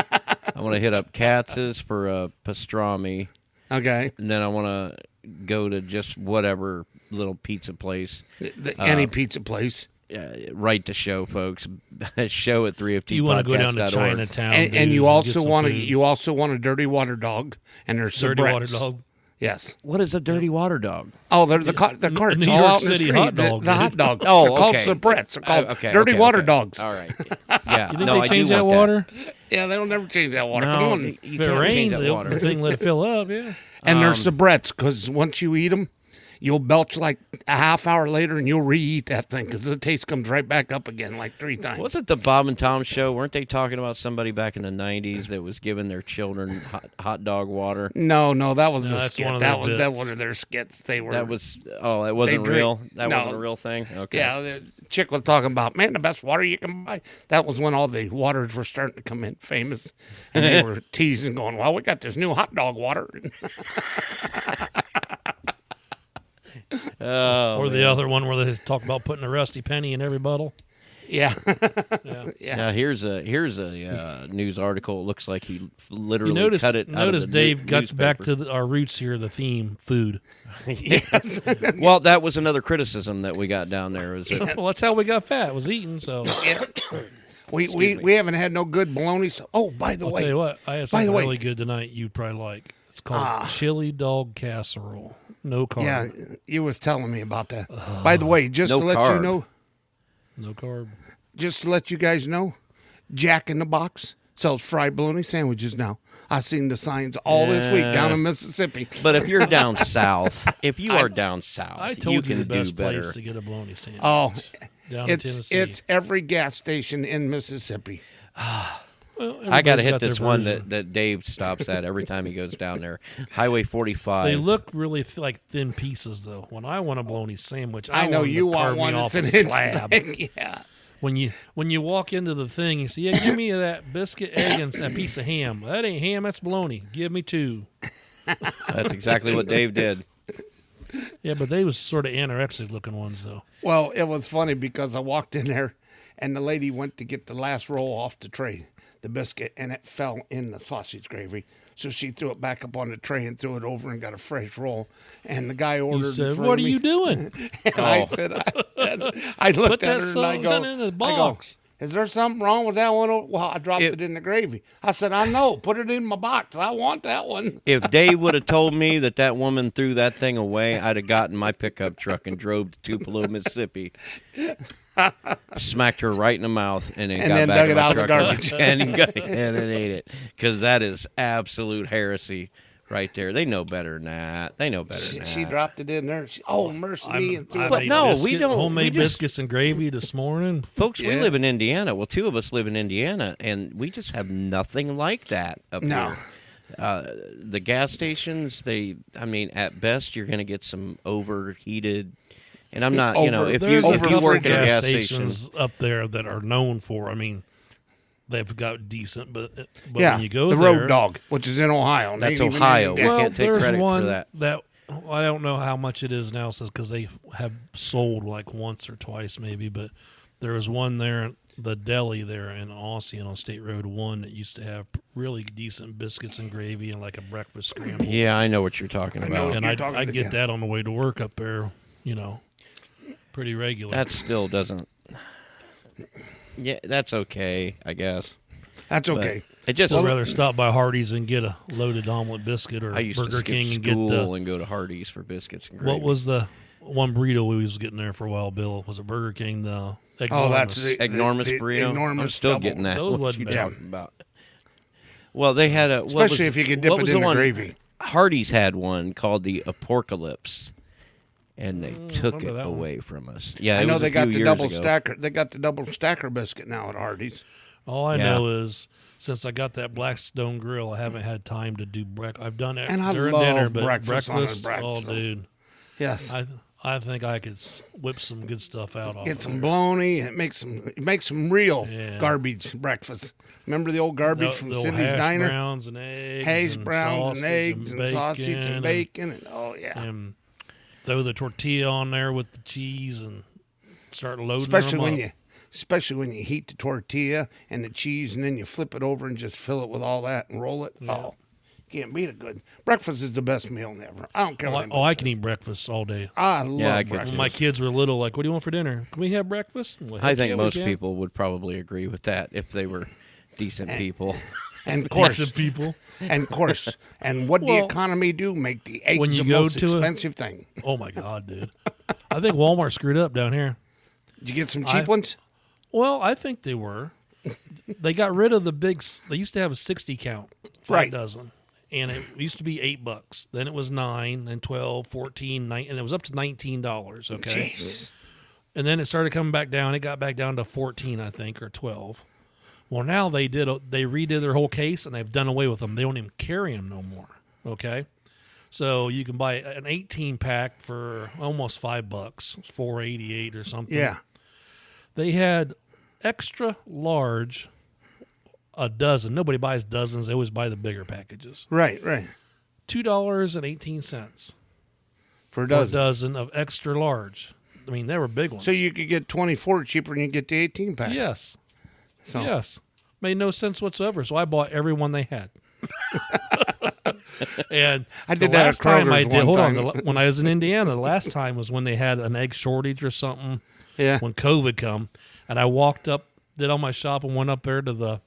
Speaker 1: I want to hit up Katz's for a pastrami,
Speaker 2: okay,
Speaker 1: and then I want to go to just whatever little pizza place.
Speaker 2: The-
Speaker 3: Uh,
Speaker 2: any pizza place.
Speaker 1: Uh, right to show, folks. show at three
Speaker 3: You want to go down to Chinatown,
Speaker 2: And, and
Speaker 3: dude,
Speaker 2: you
Speaker 3: get
Speaker 2: also
Speaker 3: some
Speaker 2: want to
Speaker 3: food.
Speaker 2: you also want a dirty water dog, and there's some
Speaker 3: dirty water
Speaker 2: Brett's.
Speaker 3: dog.
Speaker 1: Uh,
Speaker 2: Yes.
Speaker 1: What is a dirty water dog?
Speaker 2: Oh, they're the co- the
Speaker 3: N-
Speaker 2: carts
Speaker 3: New
Speaker 2: all
Speaker 3: York
Speaker 2: out in the
Speaker 3: City
Speaker 2: street.
Speaker 3: hot
Speaker 2: the-
Speaker 3: dog,
Speaker 2: the,
Speaker 3: dude. Uh,
Speaker 2: hot dogs.
Speaker 1: Oh,
Speaker 2: they're called
Speaker 1: okay.
Speaker 2: sombrettes. They're called
Speaker 1: Oh, okay,
Speaker 2: dirty
Speaker 1: okay,
Speaker 2: water
Speaker 1: okay.
Speaker 2: dogs.
Speaker 1: All right. Yeah.
Speaker 3: You think
Speaker 1: no,
Speaker 3: they
Speaker 1: I
Speaker 3: change
Speaker 1: do
Speaker 3: that
Speaker 1: want that
Speaker 3: water?
Speaker 2: Yeah, they don't never change that water. Come
Speaker 1: No,
Speaker 2: on.
Speaker 1: you
Speaker 3: If it
Speaker 1: can't change
Speaker 3: rains,
Speaker 1: that
Speaker 3: they'll- the
Speaker 1: water.
Speaker 3: thing let it fill up. Yeah.
Speaker 2: And
Speaker 3: um,
Speaker 2: they're sombrettes because once you eat them, you'll belch like a half hour later and you'll re-eat that thing because the taste comes right back up again like three times.
Speaker 1: Was it the Bob and Tom show? Weren't they talking about somebody back in the '90s that was giving their children hot, hot dog water?
Speaker 2: No, no, that was
Speaker 3: No,
Speaker 2: a
Speaker 3: that's one
Speaker 2: skit.
Speaker 3: of
Speaker 2: That
Speaker 3: their
Speaker 2: was that
Speaker 3: bits.
Speaker 2: one of their skits. They were
Speaker 1: That was oh, that wasn't
Speaker 2: drink-
Speaker 1: real. That
Speaker 2: no.
Speaker 1: wasn't a real thing. Okay.
Speaker 2: yeah. The chick was talking about man, the best water you can buy. That was when all the waters were starting to come in famous, and they were teasing, going, "Well, we got this new hot dog water."
Speaker 1: Oh,
Speaker 3: Or the other one where they talk about putting a rusty penny in every bottle.
Speaker 2: yeah,
Speaker 3: Yeah.
Speaker 1: now here's a here's a uh, news article. It looks like he f- literally
Speaker 3: You notice,
Speaker 1: cut it. out of
Speaker 3: notice
Speaker 1: the
Speaker 3: Dave
Speaker 1: new-
Speaker 3: got back
Speaker 1: newspaper.
Speaker 3: to the, our roots here, the theme food.
Speaker 2: yes.
Speaker 1: Well, that was another criticism that we got down there. Is that
Speaker 3: well, that's how we got fat, was eating. So
Speaker 2: Yeah. we we, we haven't had no good bologna. So, oh, by the
Speaker 3: I'll tell
Speaker 2: way,
Speaker 3: you what, I had
Speaker 2: By the
Speaker 3: something
Speaker 2: way-
Speaker 3: really good tonight you'd probably like. It's called
Speaker 1: Ah.
Speaker 3: chili dog casserole. No carb.
Speaker 2: yeah, you was telling me about that. by the way, just
Speaker 1: No
Speaker 2: to let you
Speaker 1: carb.
Speaker 2: know,
Speaker 3: No carb.
Speaker 2: just to let you guys know, Jack in the Box sells fried bologna sandwiches now. I seen the signs all this week down in Mississippi.
Speaker 1: but if you're down south, if you are down south,
Speaker 3: I told you,
Speaker 1: can
Speaker 3: the best
Speaker 1: do better.
Speaker 3: place to get a bologna sandwich.
Speaker 2: Oh,
Speaker 3: down in
Speaker 2: it's
Speaker 3: Tennessee.
Speaker 2: it's every gas station in Mississippi.
Speaker 3: Well,
Speaker 1: I gotta
Speaker 3: everybody's
Speaker 1: hit
Speaker 3: got their
Speaker 1: this one
Speaker 3: version.
Speaker 1: that, that Dave stops at every time he goes down there. Highway 45.
Speaker 3: They look really th- like thin pieces, though. When I want a bologna sandwich, I,
Speaker 2: I, know
Speaker 3: want 'em
Speaker 2: you
Speaker 3: to carve
Speaker 2: want
Speaker 3: me
Speaker 2: one
Speaker 3: off
Speaker 2: that's
Speaker 3: a
Speaker 2: an inch
Speaker 3: slab.
Speaker 2: thick. Yeah,
Speaker 3: When you when you walk into the thing, you say, "Yeah, give me that biscuit, egg, and that piece of ham." That ain't ham. That's bologna. Give me two.
Speaker 1: That's exactly what Dave did.
Speaker 3: Yeah, but they was sort of anorexic looking ones, though.
Speaker 2: Well, it was funny because I walked in there and the lady went to get the last roll off the tray, the biscuit, and it fell in the sausage gravy. So she threw it back up on the tray and threw it over and got a fresh roll. And the guy ordered.
Speaker 3: You
Speaker 2: in
Speaker 3: said,
Speaker 2: front of
Speaker 3: "What are
Speaker 2: me,
Speaker 3: you doing?"
Speaker 2: And I said, I, I looked
Speaker 3: that
Speaker 2: at her and I
Speaker 3: son
Speaker 2: go,
Speaker 3: in the
Speaker 2: I go,
Speaker 3: box.
Speaker 2: is there something wrong with that one? Oh, Well, I dropped
Speaker 1: It-
Speaker 2: it in the gravy. I said, I know. Put it in my box. I want that one.
Speaker 1: If Dave would have told me that that woman threw that thing away, I'd have gotten my pickup truck and drove to Tupelo, Mississippi, smacked her right in the mouth, and then
Speaker 2: And
Speaker 1: got
Speaker 2: then
Speaker 1: back
Speaker 2: dug
Speaker 1: in
Speaker 2: it
Speaker 1: my
Speaker 2: out of the
Speaker 1: truck
Speaker 2: garbage.
Speaker 1: and, got- and then ate it because that is absolute heresy right there. They know better than that. They know better than
Speaker 2: She,
Speaker 1: that.
Speaker 2: she dropped it in there. She, oh, mercy me. And threw
Speaker 3: I
Speaker 2: it.
Speaker 1: But
Speaker 3: made
Speaker 1: no, we
Speaker 3: biscuit-
Speaker 1: don't- we
Speaker 3: Homemade
Speaker 1: just-
Speaker 3: biscuits and gravy this morning.
Speaker 1: Folks, we
Speaker 2: Yeah.
Speaker 1: live in Indiana. Well, two of us live in Indiana, and we just have nothing like that up
Speaker 2: No.
Speaker 1: here. Uh, the gas stations, they, I mean, at best, you're going to get some overheated. And I'm not, you know,
Speaker 2: Over-
Speaker 1: if you,
Speaker 3: There's a
Speaker 1: if you
Speaker 3: couple
Speaker 1: work at a
Speaker 3: gas
Speaker 1: gas station,
Speaker 3: stations up there that are known for. I mean, they've got decent, but, but
Speaker 2: yeah,
Speaker 3: when you go
Speaker 2: the
Speaker 3: there,
Speaker 2: road dog, which is in Ohio. and
Speaker 1: That's
Speaker 2: ain't even in
Speaker 1: Ohio.
Speaker 2: Indiana.
Speaker 1: I
Speaker 3: Well,
Speaker 1: can't take
Speaker 3: there's
Speaker 1: credit for
Speaker 3: one
Speaker 1: that.
Speaker 3: well, I don't know how much it is now, because they have sold like once or twice maybe. But there was one there, the deli there in Ossian on State Road One that used to have really decent biscuits and gravy and like a breakfast scramble.
Speaker 1: yeah, I know what you're talking
Speaker 2: know.
Speaker 1: about.
Speaker 3: and
Speaker 2: You're
Speaker 3: I
Speaker 2: talking
Speaker 3: I
Speaker 2: to-
Speaker 3: get
Speaker 2: yeah.
Speaker 3: that on the way to work up there, you know, pretty regular.
Speaker 1: That still doesn't. Yeah, that's okay, I guess.
Speaker 2: That's
Speaker 1: But
Speaker 2: okay.
Speaker 1: It just.
Speaker 3: I'd rather stop by Hardee's and get a loaded omelet biscuit or
Speaker 1: I used to
Speaker 3: Burger
Speaker 1: skip
Speaker 3: King and get
Speaker 1: school
Speaker 3: the
Speaker 1: and go to Hardee's for biscuits and gravy.
Speaker 3: what was the one burrito we was getting there for a while, Bill? Was it Burger King? The
Speaker 2: Oh, that's
Speaker 3: Ignoramus?
Speaker 2: the, the-
Speaker 1: enormous
Speaker 2: the
Speaker 1: burrito. I'm
Speaker 2: Enormous
Speaker 1: still
Speaker 2: double.
Speaker 1: getting that.
Speaker 3: Those
Speaker 1: what
Speaker 3: wasn't
Speaker 1: you
Speaker 2: bad.
Speaker 1: talking about? Well, they had a what
Speaker 2: Especially
Speaker 1: was-
Speaker 2: if you could dip
Speaker 1: what
Speaker 2: it
Speaker 1: was
Speaker 2: in the
Speaker 1: one-
Speaker 2: gravy.
Speaker 1: Hardee's had one called the Apocalypse, and they took it
Speaker 3: Mm, remember that one.
Speaker 1: away from us. Yeah,
Speaker 2: I
Speaker 1: it
Speaker 2: know
Speaker 1: was a
Speaker 2: they got
Speaker 1: few
Speaker 2: the
Speaker 1: years
Speaker 2: double
Speaker 1: ago.
Speaker 2: stacker. They got the double stacker biscuit now at Hardee's.
Speaker 3: All I
Speaker 1: Yeah.
Speaker 3: know is since I got that Blackstone Grill, I haven't had time to do breakfast. I've done it
Speaker 2: And I
Speaker 3: during
Speaker 2: love
Speaker 3: dinner, but
Speaker 2: breakfast on a
Speaker 3: oh,
Speaker 2: Blackstone.
Speaker 3: dude,
Speaker 2: Yes.
Speaker 3: I I think I could s- whip some good stuff out. off
Speaker 2: Get
Speaker 3: of
Speaker 2: some
Speaker 3: there.
Speaker 2: bologna. It makes some it makes some real
Speaker 3: Yeah.
Speaker 2: garbage breakfast. Remember the old garbage
Speaker 3: The-
Speaker 2: from
Speaker 3: the old
Speaker 2: Cindy's
Speaker 3: hash
Speaker 2: Diner?
Speaker 3: browns and eggs,
Speaker 2: Hash
Speaker 3: and
Speaker 2: browns
Speaker 3: sausage
Speaker 2: and eggs and, sausage and
Speaker 3: and-
Speaker 2: bacon and oh yeah.
Speaker 3: and throw the tortilla on there with the cheese and start loading.
Speaker 2: especially
Speaker 3: them
Speaker 2: when
Speaker 3: up.
Speaker 2: you especially when you heat the tortilla and the cheese and then you flip it over and just fill it with all that and roll it. Oh. Can't beat a good breakfast is the best meal ever. I don't care
Speaker 3: Oh,
Speaker 2: what
Speaker 3: I,
Speaker 2: anybody
Speaker 3: oh, I
Speaker 2: says.
Speaker 3: can eat breakfast all day.
Speaker 2: I love
Speaker 1: I could do
Speaker 2: breakfast.
Speaker 3: When my kids were little, like, what do you want for dinner? Can we have breakfast? Well,
Speaker 1: I
Speaker 3: heck
Speaker 1: think
Speaker 3: yeah, we
Speaker 1: most
Speaker 3: can.
Speaker 1: people would probably agree with that if they were decent
Speaker 2: Eh.
Speaker 1: people.
Speaker 2: And of
Speaker 3: Decent
Speaker 2: course,
Speaker 3: people.
Speaker 2: and of course, and what the
Speaker 3: Well,
Speaker 2: economy do make the eggs
Speaker 3: when you
Speaker 2: the
Speaker 3: go
Speaker 2: most
Speaker 3: to a-
Speaker 2: expensive thing.
Speaker 3: Oh my god, dude! I think Walmart screwed up down here.
Speaker 2: Did you get some
Speaker 3: I-
Speaker 2: cheap ones?
Speaker 3: Well, I think they were. They got rid of the big. s- They used to have a sixty count, five
Speaker 2: Right.
Speaker 3: dozen, and it used to be eight bucks. Then it was nine, and 12, 14, nine, and it was up to nineteen dollars. Okay,
Speaker 2: Jeez.
Speaker 3: and then it started coming back down. It got back down to fourteen, I think, or twelve. Well, now they did. a- They redid their whole case, and they've done away with them. They don't even carry them no more. Okay, so you can buy an eighteen pack for almost five bucks, four eighty eight or something
Speaker 2: Yeah.
Speaker 3: they had extra large a dozen nobody buys dozens they always buy the bigger packages
Speaker 2: Right, right.
Speaker 3: two dollars and eighteen cents
Speaker 2: For a
Speaker 3: a
Speaker 2: dozen.
Speaker 3: dozen of extra large i mean they were big ones
Speaker 2: So you could get 24 cheaper than you get the 18 pack.
Speaker 3: yes
Speaker 2: So-
Speaker 3: yes made no sense whatsoever so i bought every one they had and
Speaker 2: I did
Speaker 3: the
Speaker 2: that at
Speaker 3: last time
Speaker 2: Kroger's
Speaker 3: i
Speaker 2: one
Speaker 3: did hold
Speaker 2: time.
Speaker 3: on the la- when i was in indiana the last time was when they had an egg shortage or something
Speaker 2: Yeah.
Speaker 3: when COVID come, and I walked up, did all my shopping, went up there to the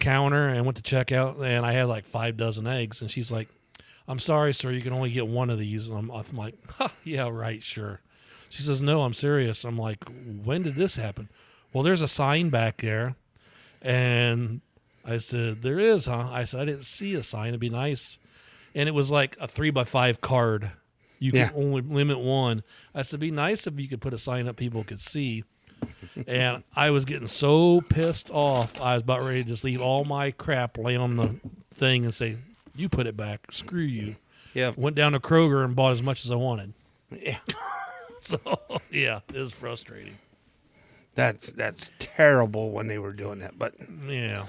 Speaker 3: counter and went to check out, and I had like five dozen eggs, and she's like, "I'm sorry, sir, you can only get one of these." And I'm, I'm like, ha, "Yeah, right, sure." She says, "No, I'm serious." I'm like, "When did this happen?" Well, there's a sign back there, and I said, "There is, huh?" I said, "I didn't see a sign. It'd be nice." And it was like a three by five card. You can
Speaker 2: Yeah.
Speaker 3: only limit one. I said, "Be nice if you could put a sign up people could see." and I was getting so pissed off, I was about ready to just leave all my crap lay on the thing and say, "You put it back. Screw you."
Speaker 2: Yeah.
Speaker 3: Went down to Kroger and bought as much as I wanted.
Speaker 2: Yeah.
Speaker 3: So yeah, it was frustrating.
Speaker 2: That's that's terrible when they were doing that. But
Speaker 3: Yeah.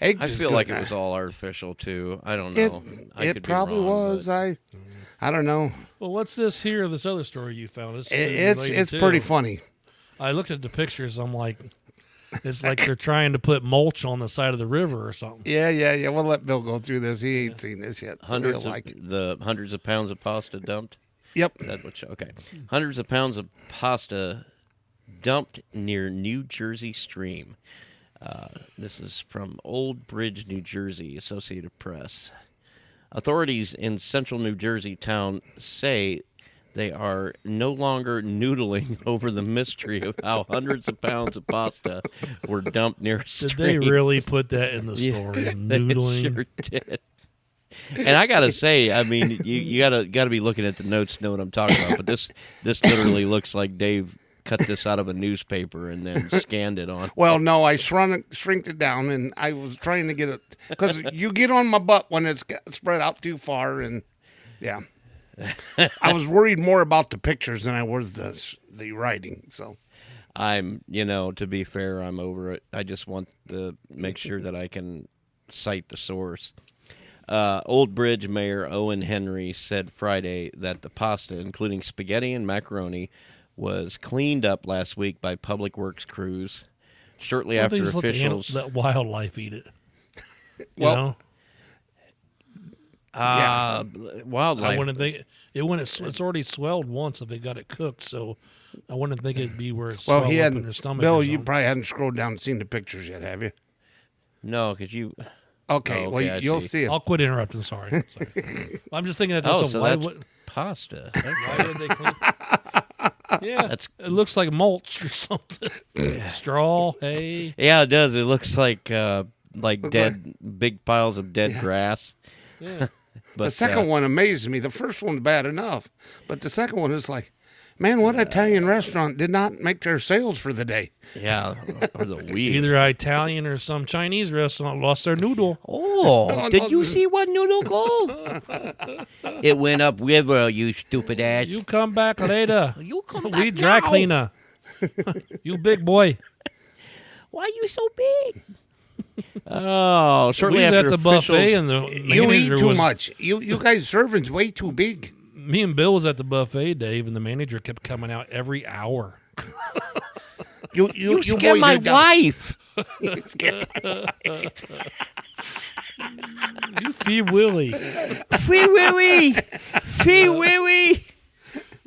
Speaker 2: eggs
Speaker 1: I
Speaker 2: is
Speaker 1: feel
Speaker 2: good
Speaker 1: like
Speaker 2: now.
Speaker 1: it was all artificial too. I don't
Speaker 2: It,
Speaker 1: know. I
Speaker 2: it
Speaker 1: could be
Speaker 2: probably
Speaker 1: wrong,
Speaker 2: was.
Speaker 1: but-
Speaker 2: I I don't know.
Speaker 3: Well, what's this here? This other story you found? This is
Speaker 2: It, it's
Speaker 3: related
Speaker 2: it's
Speaker 3: too.
Speaker 2: pretty funny.
Speaker 3: I looked at the pictures. I'm like, it's like they're trying to put mulch on the side of the river or something.
Speaker 2: Yeah, yeah, yeah. We'll let Bill go through this. He ain't seen this yet. so he'll
Speaker 1: Hundreds of
Speaker 2: like it.
Speaker 1: the hundreds of pounds of pasta dumped.
Speaker 2: Yep.
Speaker 1: That which okay, hundreds of pounds of pasta dumped near New Jersey stream. Uh, this is from Old Bridge, New Jersey, Associated Press. Authorities in central New Jersey town say they are no longer noodling over the mystery of how hundreds of pounds of pasta were dumped near a
Speaker 3: Did
Speaker 1: stream.
Speaker 3: they really put that in the
Speaker 1: Yeah,
Speaker 3: story?
Speaker 1: They
Speaker 3: Noodling.
Speaker 1: sure did. And I gotta say, I mean, you, you gotta gotta be looking at the notes, to know what I'm talking about. But this this literally looks like Dave cut this out of a newspaper and then scanned it on.
Speaker 2: Well, no, I shrunk it, shrinked it down, and I was trying to get it because you get on my butt when it's got spread out too far, and yeah, I was worried more about the pictures than I was the the writing. So
Speaker 1: I'm, you know, to be fair, I'm over it. I just want to make sure that I can cite the source. Uh, Old Bridge Mayor Owen Henry said Friday that the pasta, including spaghetti and macaroni, was cleaned up last week by public works crews. Shortly
Speaker 3: Why don't they
Speaker 1: after
Speaker 3: just let, the animals,
Speaker 1: officials,
Speaker 3: let wildlife eat it. You
Speaker 2: Well,
Speaker 3: know,
Speaker 1: uh,
Speaker 3: I
Speaker 1: wildlife.
Speaker 3: wouldn't think it wouldn't. It's, it's already swelled once if they got it cooked, so I wouldn't think it'd be where it's
Speaker 2: well,
Speaker 3: swelled
Speaker 2: he
Speaker 3: up in their
Speaker 2: hadn't.
Speaker 3: stomach.
Speaker 2: Bill,
Speaker 3: or
Speaker 2: you
Speaker 3: something.
Speaker 2: probably hadn't scrolled down and seen the pictures yet, have you?
Speaker 1: No, because you.
Speaker 2: Okay,
Speaker 1: Oh,
Speaker 2: well,
Speaker 1: okay, I
Speaker 2: you'll
Speaker 1: see.
Speaker 2: see. it.
Speaker 3: I'll quit interrupting. Sorry. Sorry. I'm just thinking that.
Speaker 1: Oh,
Speaker 3: myself,
Speaker 1: so
Speaker 3: why
Speaker 1: that's
Speaker 3: would,
Speaker 1: pasta.
Speaker 3: why would they clean? yeah,
Speaker 1: That's-
Speaker 3: it looks like mulch or something. Straw, hay.
Speaker 1: yeah, it does. It looks like uh, like dead big piles of dead grass.
Speaker 3: Yeah.
Speaker 1: But
Speaker 2: The second
Speaker 1: uh,
Speaker 2: one amazed me. The first one's bad enough, but the second one is like, man, what Italian restaurant did not make their sales for the day?
Speaker 1: yeah, or the weed.
Speaker 3: Either Italian or some Chinese restaurant lost their noodle.
Speaker 1: Oh,
Speaker 2: no,
Speaker 1: did you
Speaker 2: no.
Speaker 1: see what noodle go? it went up river, you stupid ass.
Speaker 3: You come back later.
Speaker 1: You come
Speaker 3: we dry cleaner. you big boy.
Speaker 1: Why are you so big? oh, shortly
Speaker 3: we was
Speaker 1: after
Speaker 3: at the
Speaker 1: officials,
Speaker 3: buffet and the
Speaker 2: You eat
Speaker 3: manager
Speaker 2: too
Speaker 3: was-
Speaker 2: much. You you guys servings way too big.
Speaker 3: Me and Bill was at the buffet, Dave, and the manager kept coming out every hour.
Speaker 2: You you
Speaker 1: you scared
Speaker 2: boys
Speaker 1: my
Speaker 2: have done-
Speaker 1: wife.
Speaker 2: You scared-
Speaker 3: You feel Willie.
Speaker 1: Free Willy, free Willy.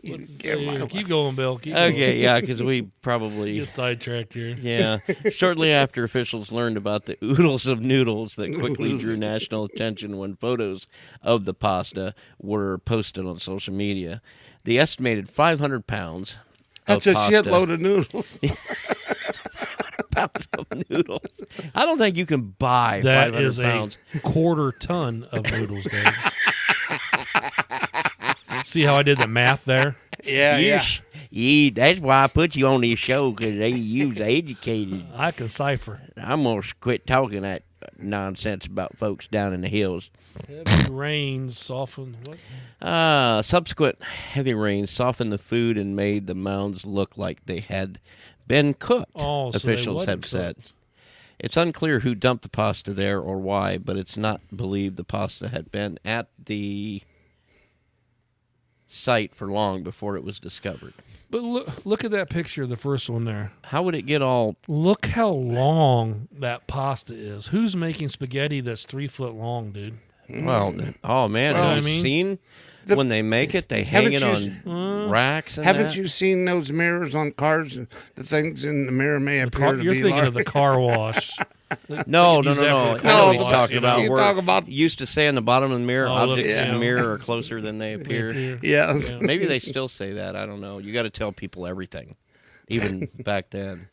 Speaker 2: you scared my
Speaker 3: Yeah,
Speaker 2: wife.
Speaker 3: keep going, Bill. Keep
Speaker 1: Okay,
Speaker 3: Going.
Speaker 1: yeah, because we probably
Speaker 3: Get sidetracked here.
Speaker 1: Yeah. Shortly after officials learned about the oodles of noodles that quickly drew national attention when photos of the pasta were posted on social media, the estimated 500 pounds.
Speaker 2: That's
Speaker 1: of
Speaker 2: a
Speaker 1: pasta,
Speaker 2: shitload of noodles.
Speaker 1: pounds of noodles. I don't think you can buy
Speaker 3: That
Speaker 1: 500
Speaker 3: is a
Speaker 1: pounds.
Speaker 3: quarter ton of noodles, Dave. See how I did the math there?
Speaker 2: yeah,
Speaker 1: You
Speaker 2: yeah.
Speaker 1: sh- yeah, that's why I put you on this show because they use educated.
Speaker 3: I can cipher.
Speaker 1: I'm gonna quit talking that nonsense about folks down in the hills.
Speaker 3: Heavy rain softened. What?
Speaker 1: Uh, subsequent heavy rain softened the food and made the mounds look like they had been cooked,
Speaker 3: Oh, so they
Speaker 1: officials have
Speaker 3: wasn't
Speaker 1: said.
Speaker 3: cooked.
Speaker 1: It's unclear who dumped the pasta there or why, but it's not believed the pasta had been at the site for long before it was discovered.
Speaker 3: But look, look at that picture, the first one there.
Speaker 1: How would it get all.
Speaker 3: Look how long that pasta is. Who's making spaghetti that's three foot long, dude?
Speaker 1: Well,
Speaker 2: Mm.
Speaker 1: oh man,
Speaker 3: Well,
Speaker 1: have
Speaker 3: I
Speaker 1: you
Speaker 3: mean,
Speaker 1: seen when they make it? They hang
Speaker 2: haven't
Speaker 1: it
Speaker 2: you
Speaker 1: on racks and
Speaker 2: Haven't
Speaker 1: that?
Speaker 2: you seen those mirrors on cars? The things in the mirror may appear
Speaker 3: Car-
Speaker 2: to
Speaker 3: you're
Speaker 2: be
Speaker 3: thinking
Speaker 2: large.
Speaker 3: of the car wash.
Speaker 1: No, no,
Speaker 3: Use
Speaker 1: no,
Speaker 3: that
Speaker 1: no.
Speaker 3: for
Speaker 1: I
Speaker 3: the
Speaker 1: know
Speaker 2: car
Speaker 1: what he's
Speaker 2: wash,
Speaker 1: talking
Speaker 2: you know.
Speaker 1: about.
Speaker 2: You
Speaker 1: We're-
Speaker 2: talk about-
Speaker 1: used to say on the bottom of the mirror,
Speaker 3: Oh, look,
Speaker 1: objects in
Speaker 3: yeah.
Speaker 1: the mirror are closer than they appear.
Speaker 2: Yeah.
Speaker 1: Maybe they still say that. I don't know. You got to tell people everything, even back then.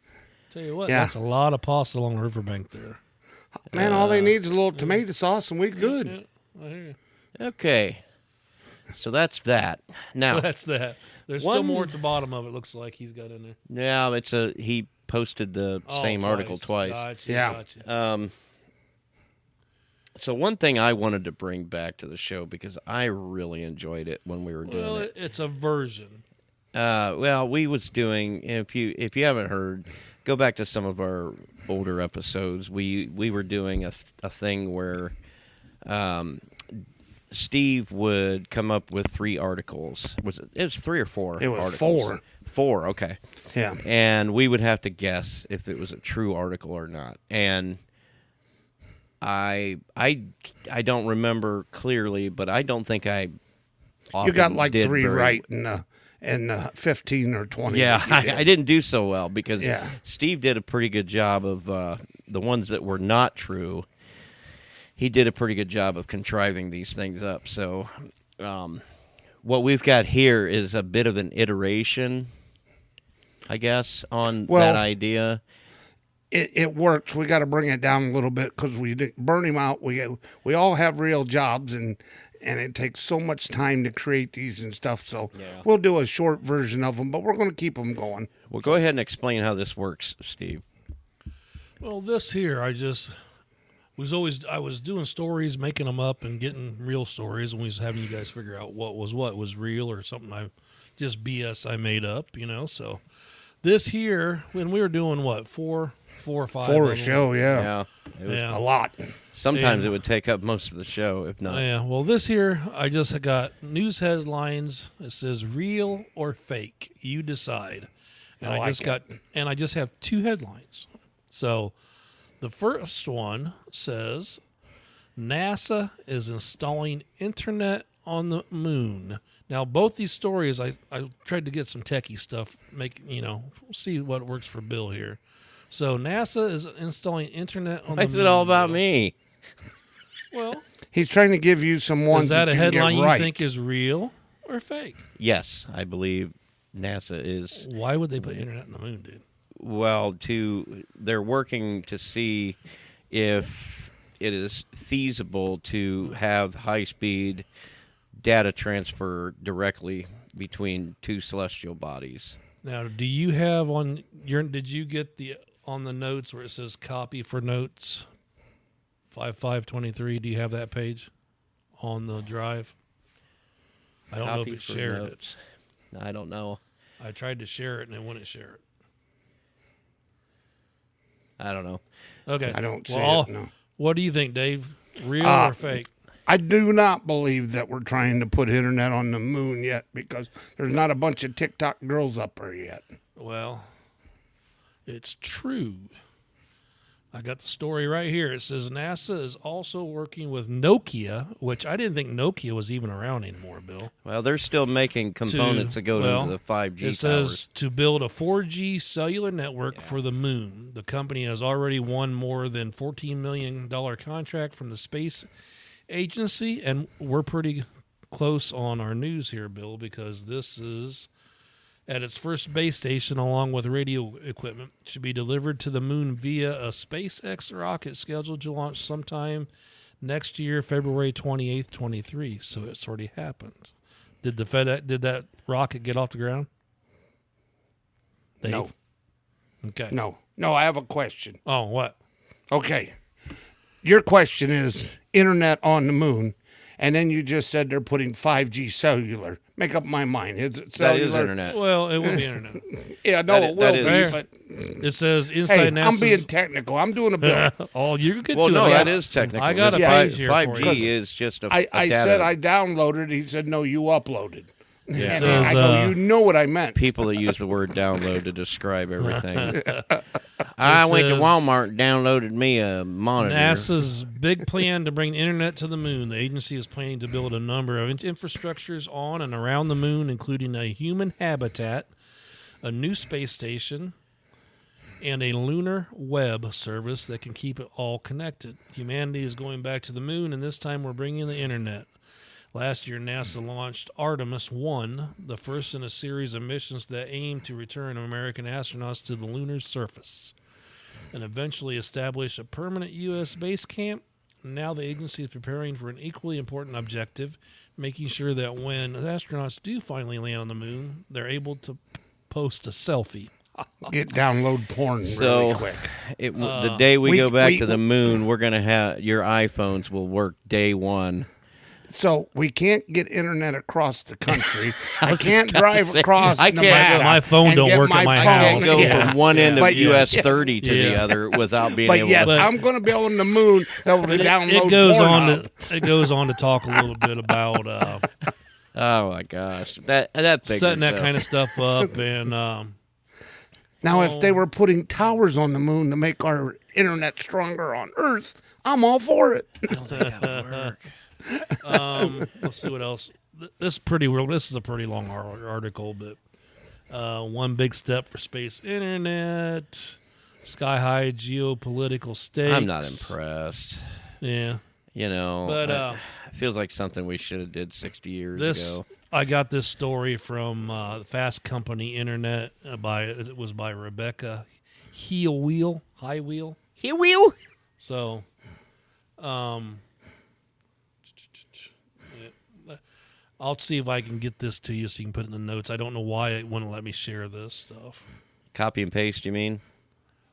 Speaker 3: Tell you what,
Speaker 2: Yeah.
Speaker 3: that's a lot of pasta along the riverbank there.
Speaker 2: Man, all they need is a little tomato sauce and we good.
Speaker 3: I hear you.
Speaker 1: Okay, so that's that. Now,
Speaker 3: That's that. There's still
Speaker 1: One-
Speaker 3: more at the bottom of it. Looks like he's got in there.
Speaker 1: now it's a he posted the
Speaker 3: Oh,
Speaker 1: same article twice.
Speaker 3: Gotcha,
Speaker 2: Yeah.
Speaker 3: gotcha.
Speaker 1: Um, so one thing I wanted to bring back to the show because I really enjoyed it when we were doing
Speaker 3: well,
Speaker 1: it.
Speaker 3: it- it's a version.
Speaker 1: Uh, well, we was doing if you if you haven't heard, go back to some of our older episodes. We we were doing a th- a thing where um, Steve would come up with three articles. Was it, it was three or four?
Speaker 2: It was
Speaker 1: articles.
Speaker 2: four.
Speaker 1: Four, okay.
Speaker 2: Yeah.
Speaker 1: And we would have to guess if it was a true article or not. And I I I don't remember clearly, but I don't think I
Speaker 2: You got
Speaker 1: often
Speaker 2: like
Speaker 1: did
Speaker 2: three
Speaker 1: very-
Speaker 2: right and uh, and uh, fifteen or twenty.
Speaker 1: Yeah,
Speaker 2: that you
Speaker 1: I, I didn't do so well because
Speaker 2: Yeah.
Speaker 1: Steve did a pretty good job of uh, the ones that were not true. He did a pretty good job of contriving these things up. So, um, what we've got here is a bit of an iteration, I guess, on
Speaker 2: Well-
Speaker 1: that idea.
Speaker 2: it, it works. We got to bring it down a little bit because we did- burn him out. We we all have real jobs, and and it takes so much time to create these and stuff. So we'll do a short version of them, but we're going to keep them going.
Speaker 1: Well, go ahead and explain how this works, Steve.
Speaker 3: Well, this here, I just was always I was doing stories, making them up, and getting real stories, and we was having you guys figure out what was what was real or something I just BS I made up, you know. So this here, when we were doing what four, four or five
Speaker 2: For a
Speaker 3: of 'em.
Speaker 2: show, yeah,
Speaker 1: Yeah, it was,
Speaker 3: yeah,
Speaker 2: a lot.
Speaker 1: sometimes it would take up most of the show, if not.
Speaker 3: Oh, yeah. Well, this here, I just got news headlines. It says real or fake. You decide. And
Speaker 2: I
Speaker 3: I,
Speaker 2: like
Speaker 3: just
Speaker 2: it.
Speaker 3: got, and I just have two headlines. So, the first one says, NASA is installing internet on the moon. Now, both these stories, I, I tried to get some techie stuff, make you know, see what works for Bill here. So, NASA is installing internet on
Speaker 1: Why
Speaker 3: the
Speaker 1: is
Speaker 3: moon.
Speaker 1: it all about me?
Speaker 3: Well,
Speaker 2: He's trying to give you some ones
Speaker 3: is that, a
Speaker 2: you can get
Speaker 3: headline you
Speaker 2: right.
Speaker 3: think is real or fake?
Speaker 1: Yes, I believe NASA is
Speaker 3: Why would they put internet on the moon, dude?
Speaker 1: well to they're working to see if it is feasible to have high speed data transfer directly between two celestial bodies
Speaker 3: Now, do you have on your? Did you get the on the notes where it says copy for notes five five twenty three? Do you have that page on the drive? I don't know
Speaker 1: Copy
Speaker 3: if it
Speaker 1: for
Speaker 3: shared
Speaker 1: notes. i don't know
Speaker 3: it. I tried to share it and it wouldn't share it.
Speaker 1: i don't know
Speaker 3: Okay,
Speaker 2: I don't see
Speaker 3: I'll-
Speaker 2: it. No.
Speaker 3: What do you think, Dave? Real
Speaker 2: Ah.
Speaker 3: or fake?
Speaker 2: I do not believe that we're trying to put internet on the moon yet because there's not a bunch of TikTok girls up there yet.
Speaker 3: Well, it's true. I got the story right here. It says NASA is also working with Nokia, which I didn't think Nokia was even around anymore, Bill.
Speaker 1: well they're still making components that go
Speaker 3: well,
Speaker 1: to the 5g
Speaker 3: It
Speaker 1: towers
Speaker 3: says to build a 4G cellular network for the moon. The company has already won more than $14 million contract from the space agency, and we're pretty close on our news here, Bill, because this is at its first base station along with radio equipment should be delivered to the moon via a SpaceX rocket scheduled to launch sometime next year, February 28th, 23. So it's already happened. Did the FedEx did that rocket get off the ground? Dave?
Speaker 2: No,
Speaker 3: Okay.
Speaker 2: no, no. I have a question.
Speaker 3: Oh, what?
Speaker 2: Okay. Your question is internet on the moon, and then you just said they're putting 5G cellular. Make up my mind. Is it
Speaker 1: that
Speaker 2: cellular?
Speaker 1: is
Speaker 2: Uh,
Speaker 1: internet
Speaker 3: Well, it will be internet.
Speaker 2: Yeah, no,
Speaker 1: That i-
Speaker 2: it will
Speaker 1: that
Speaker 2: be.
Speaker 1: is-
Speaker 2: But
Speaker 3: It says inside
Speaker 2: hey,
Speaker 3: NASA's
Speaker 2: I'm being technical. I'm doing a bill.
Speaker 3: oh, you get
Speaker 1: well
Speaker 3: to
Speaker 1: no
Speaker 3: it.
Speaker 1: that
Speaker 2: yeah.
Speaker 1: is technical
Speaker 3: I got
Speaker 1: This
Speaker 3: a
Speaker 1: fi-
Speaker 3: page here for
Speaker 1: 5g
Speaker 3: you.
Speaker 1: is just a
Speaker 2: I,
Speaker 1: a
Speaker 2: I
Speaker 1: data
Speaker 2: said I downloaded. He said, no, you uploaded. And
Speaker 3: Says,
Speaker 2: I go,
Speaker 3: uh,
Speaker 2: you know what I meant.
Speaker 1: people that use the word download to describe everything. I
Speaker 3: It
Speaker 1: went to
Speaker 3: says-
Speaker 1: Walmart, and downloaded me a monitor.
Speaker 3: NASA's big plan to bring internet to the moon. The agency is planning to build a number of in- infrastructures on and around the moon, including a human habitat, a new space station, and a lunar web service that can keep it all connected. Humanity is going back to the moon, and this time we're bringing the internet. Last year, NASA launched Artemis 1, the first in a series of missions that aim to return American astronauts to the lunar surface and eventually establish a permanent U.S. base camp. Now the agency is preparing for an equally important objective, making sure that when astronauts do finally land on the moon, they're able to p- post a selfie.
Speaker 2: Get download porn really
Speaker 1: So-
Speaker 2: quick.
Speaker 1: It,
Speaker 3: uh,
Speaker 1: the day we,
Speaker 2: we-
Speaker 1: go back
Speaker 2: we-
Speaker 1: to the moon, we're gonna have your iPhones will work day one.
Speaker 2: So we can't get internet across the country. I can't drive across
Speaker 1: I can't-
Speaker 2: Nevada.
Speaker 3: My phone
Speaker 2: and
Speaker 3: don't
Speaker 2: get
Speaker 3: work at my
Speaker 1: I
Speaker 2: phone.
Speaker 1: can't go
Speaker 2: Yeah.
Speaker 1: from one end of
Speaker 2: But yeah.
Speaker 1: US thirty to the
Speaker 3: Yeah.
Speaker 1: other without being
Speaker 2: But
Speaker 1: able.
Speaker 2: yet,
Speaker 1: to...
Speaker 2: I'm going to be on the moon. That will
Speaker 3: It,
Speaker 2: download
Speaker 3: it goes
Speaker 2: porn
Speaker 3: on
Speaker 2: up.
Speaker 3: to it goes on to talk a little bit about uh,
Speaker 1: Oh my gosh, that that thing.
Speaker 3: setting
Speaker 1: was,
Speaker 3: that
Speaker 1: uh,
Speaker 3: kind of stuff up, and um,
Speaker 2: Now, if they were putting towers on the moon to make our internet stronger on Earth, I'm all for it.
Speaker 1: I don't think that would work.
Speaker 3: um, let's see what else. Th- This pretty real. This is a pretty long ar- article, but uh, one big step for space internet, sky high geopolitical stakes.
Speaker 1: I'm not impressed.
Speaker 3: Yeah,
Speaker 1: You know,
Speaker 3: But,
Speaker 1: I-
Speaker 3: uh,
Speaker 1: it feels like something we should have did 60 years
Speaker 3: this
Speaker 1: ago.
Speaker 3: I got this story from uh, Fast Company Internet uh, by it was by Rebecca Heel Wheel High Wheel.
Speaker 1: He will.
Speaker 3: So, um, I'll see if I can get this to you so you can put it in the notes. I don't know why it wouldn't let me share this stuff.
Speaker 1: Copy and paste. You mean?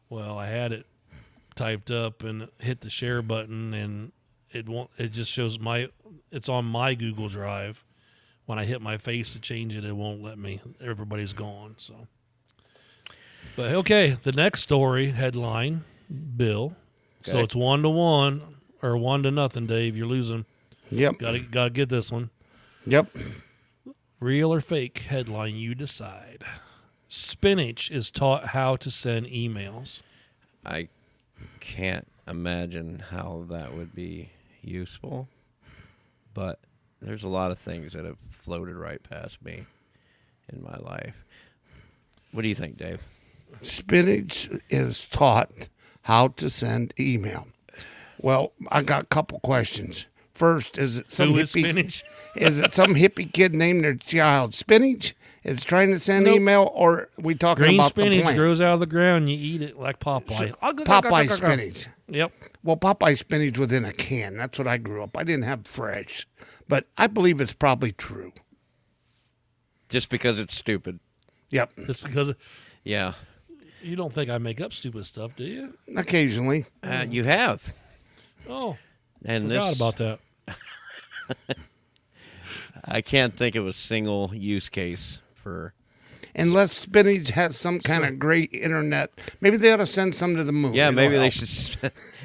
Speaker 3: Well, I had it typed up and hit the share button, and it won't. It just shows my. It's on my Google Drive. When I hit my face to change it, it won't let me. Everybody's gone. So, but okay. The next story headline, Bill. So
Speaker 1: Okay.
Speaker 3: it's one to one or one to nothing, Dave. You're losing.
Speaker 2: Yep.
Speaker 3: Got to got to get this one.
Speaker 2: Yep.
Speaker 3: Real or fake headline, you decide. Spinach is taught how to send emails.
Speaker 1: I can't imagine how that would be useful. But there's a lot of things that have floated right past me in my life. What do you think, Dave?
Speaker 2: Spinach is taught how to send email. Well, I got a couple questions. First, is it some
Speaker 3: Who
Speaker 2: hippie,
Speaker 3: is spinach?
Speaker 2: is it some hippie kid named their child Spinach is trying to send email, or we talking
Speaker 3: Green
Speaker 2: about the
Speaker 3: spinach
Speaker 2: plant?
Speaker 3: grows out of the ground. You eat it like Popeye.
Speaker 2: Popeye spinach.
Speaker 3: Yep.
Speaker 2: Well, Popeye spinach within a can. That's what I grew up. I didn't have fresh, but I believe it's probably true.
Speaker 1: Just because it's stupid.
Speaker 2: Yep,
Speaker 3: Just because
Speaker 1: Yeah.
Speaker 3: you don't think I make up stupid stuff, do you?
Speaker 2: occasionally.
Speaker 1: Uh, you have.
Speaker 3: Oh,
Speaker 1: And
Speaker 3: forgot
Speaker 1: this,
Speaker 3: about that.
Speaker 1: I can't think of a single use case for.
Speaker 2: Unless spinach has some kind of great internet, maybe they ought to send some to the moon.
Speaker 1: Yeah,
Speaker 2: It'll
Speaker 1: maybe they
Speaker 2: help.
Speaker 1: should. s-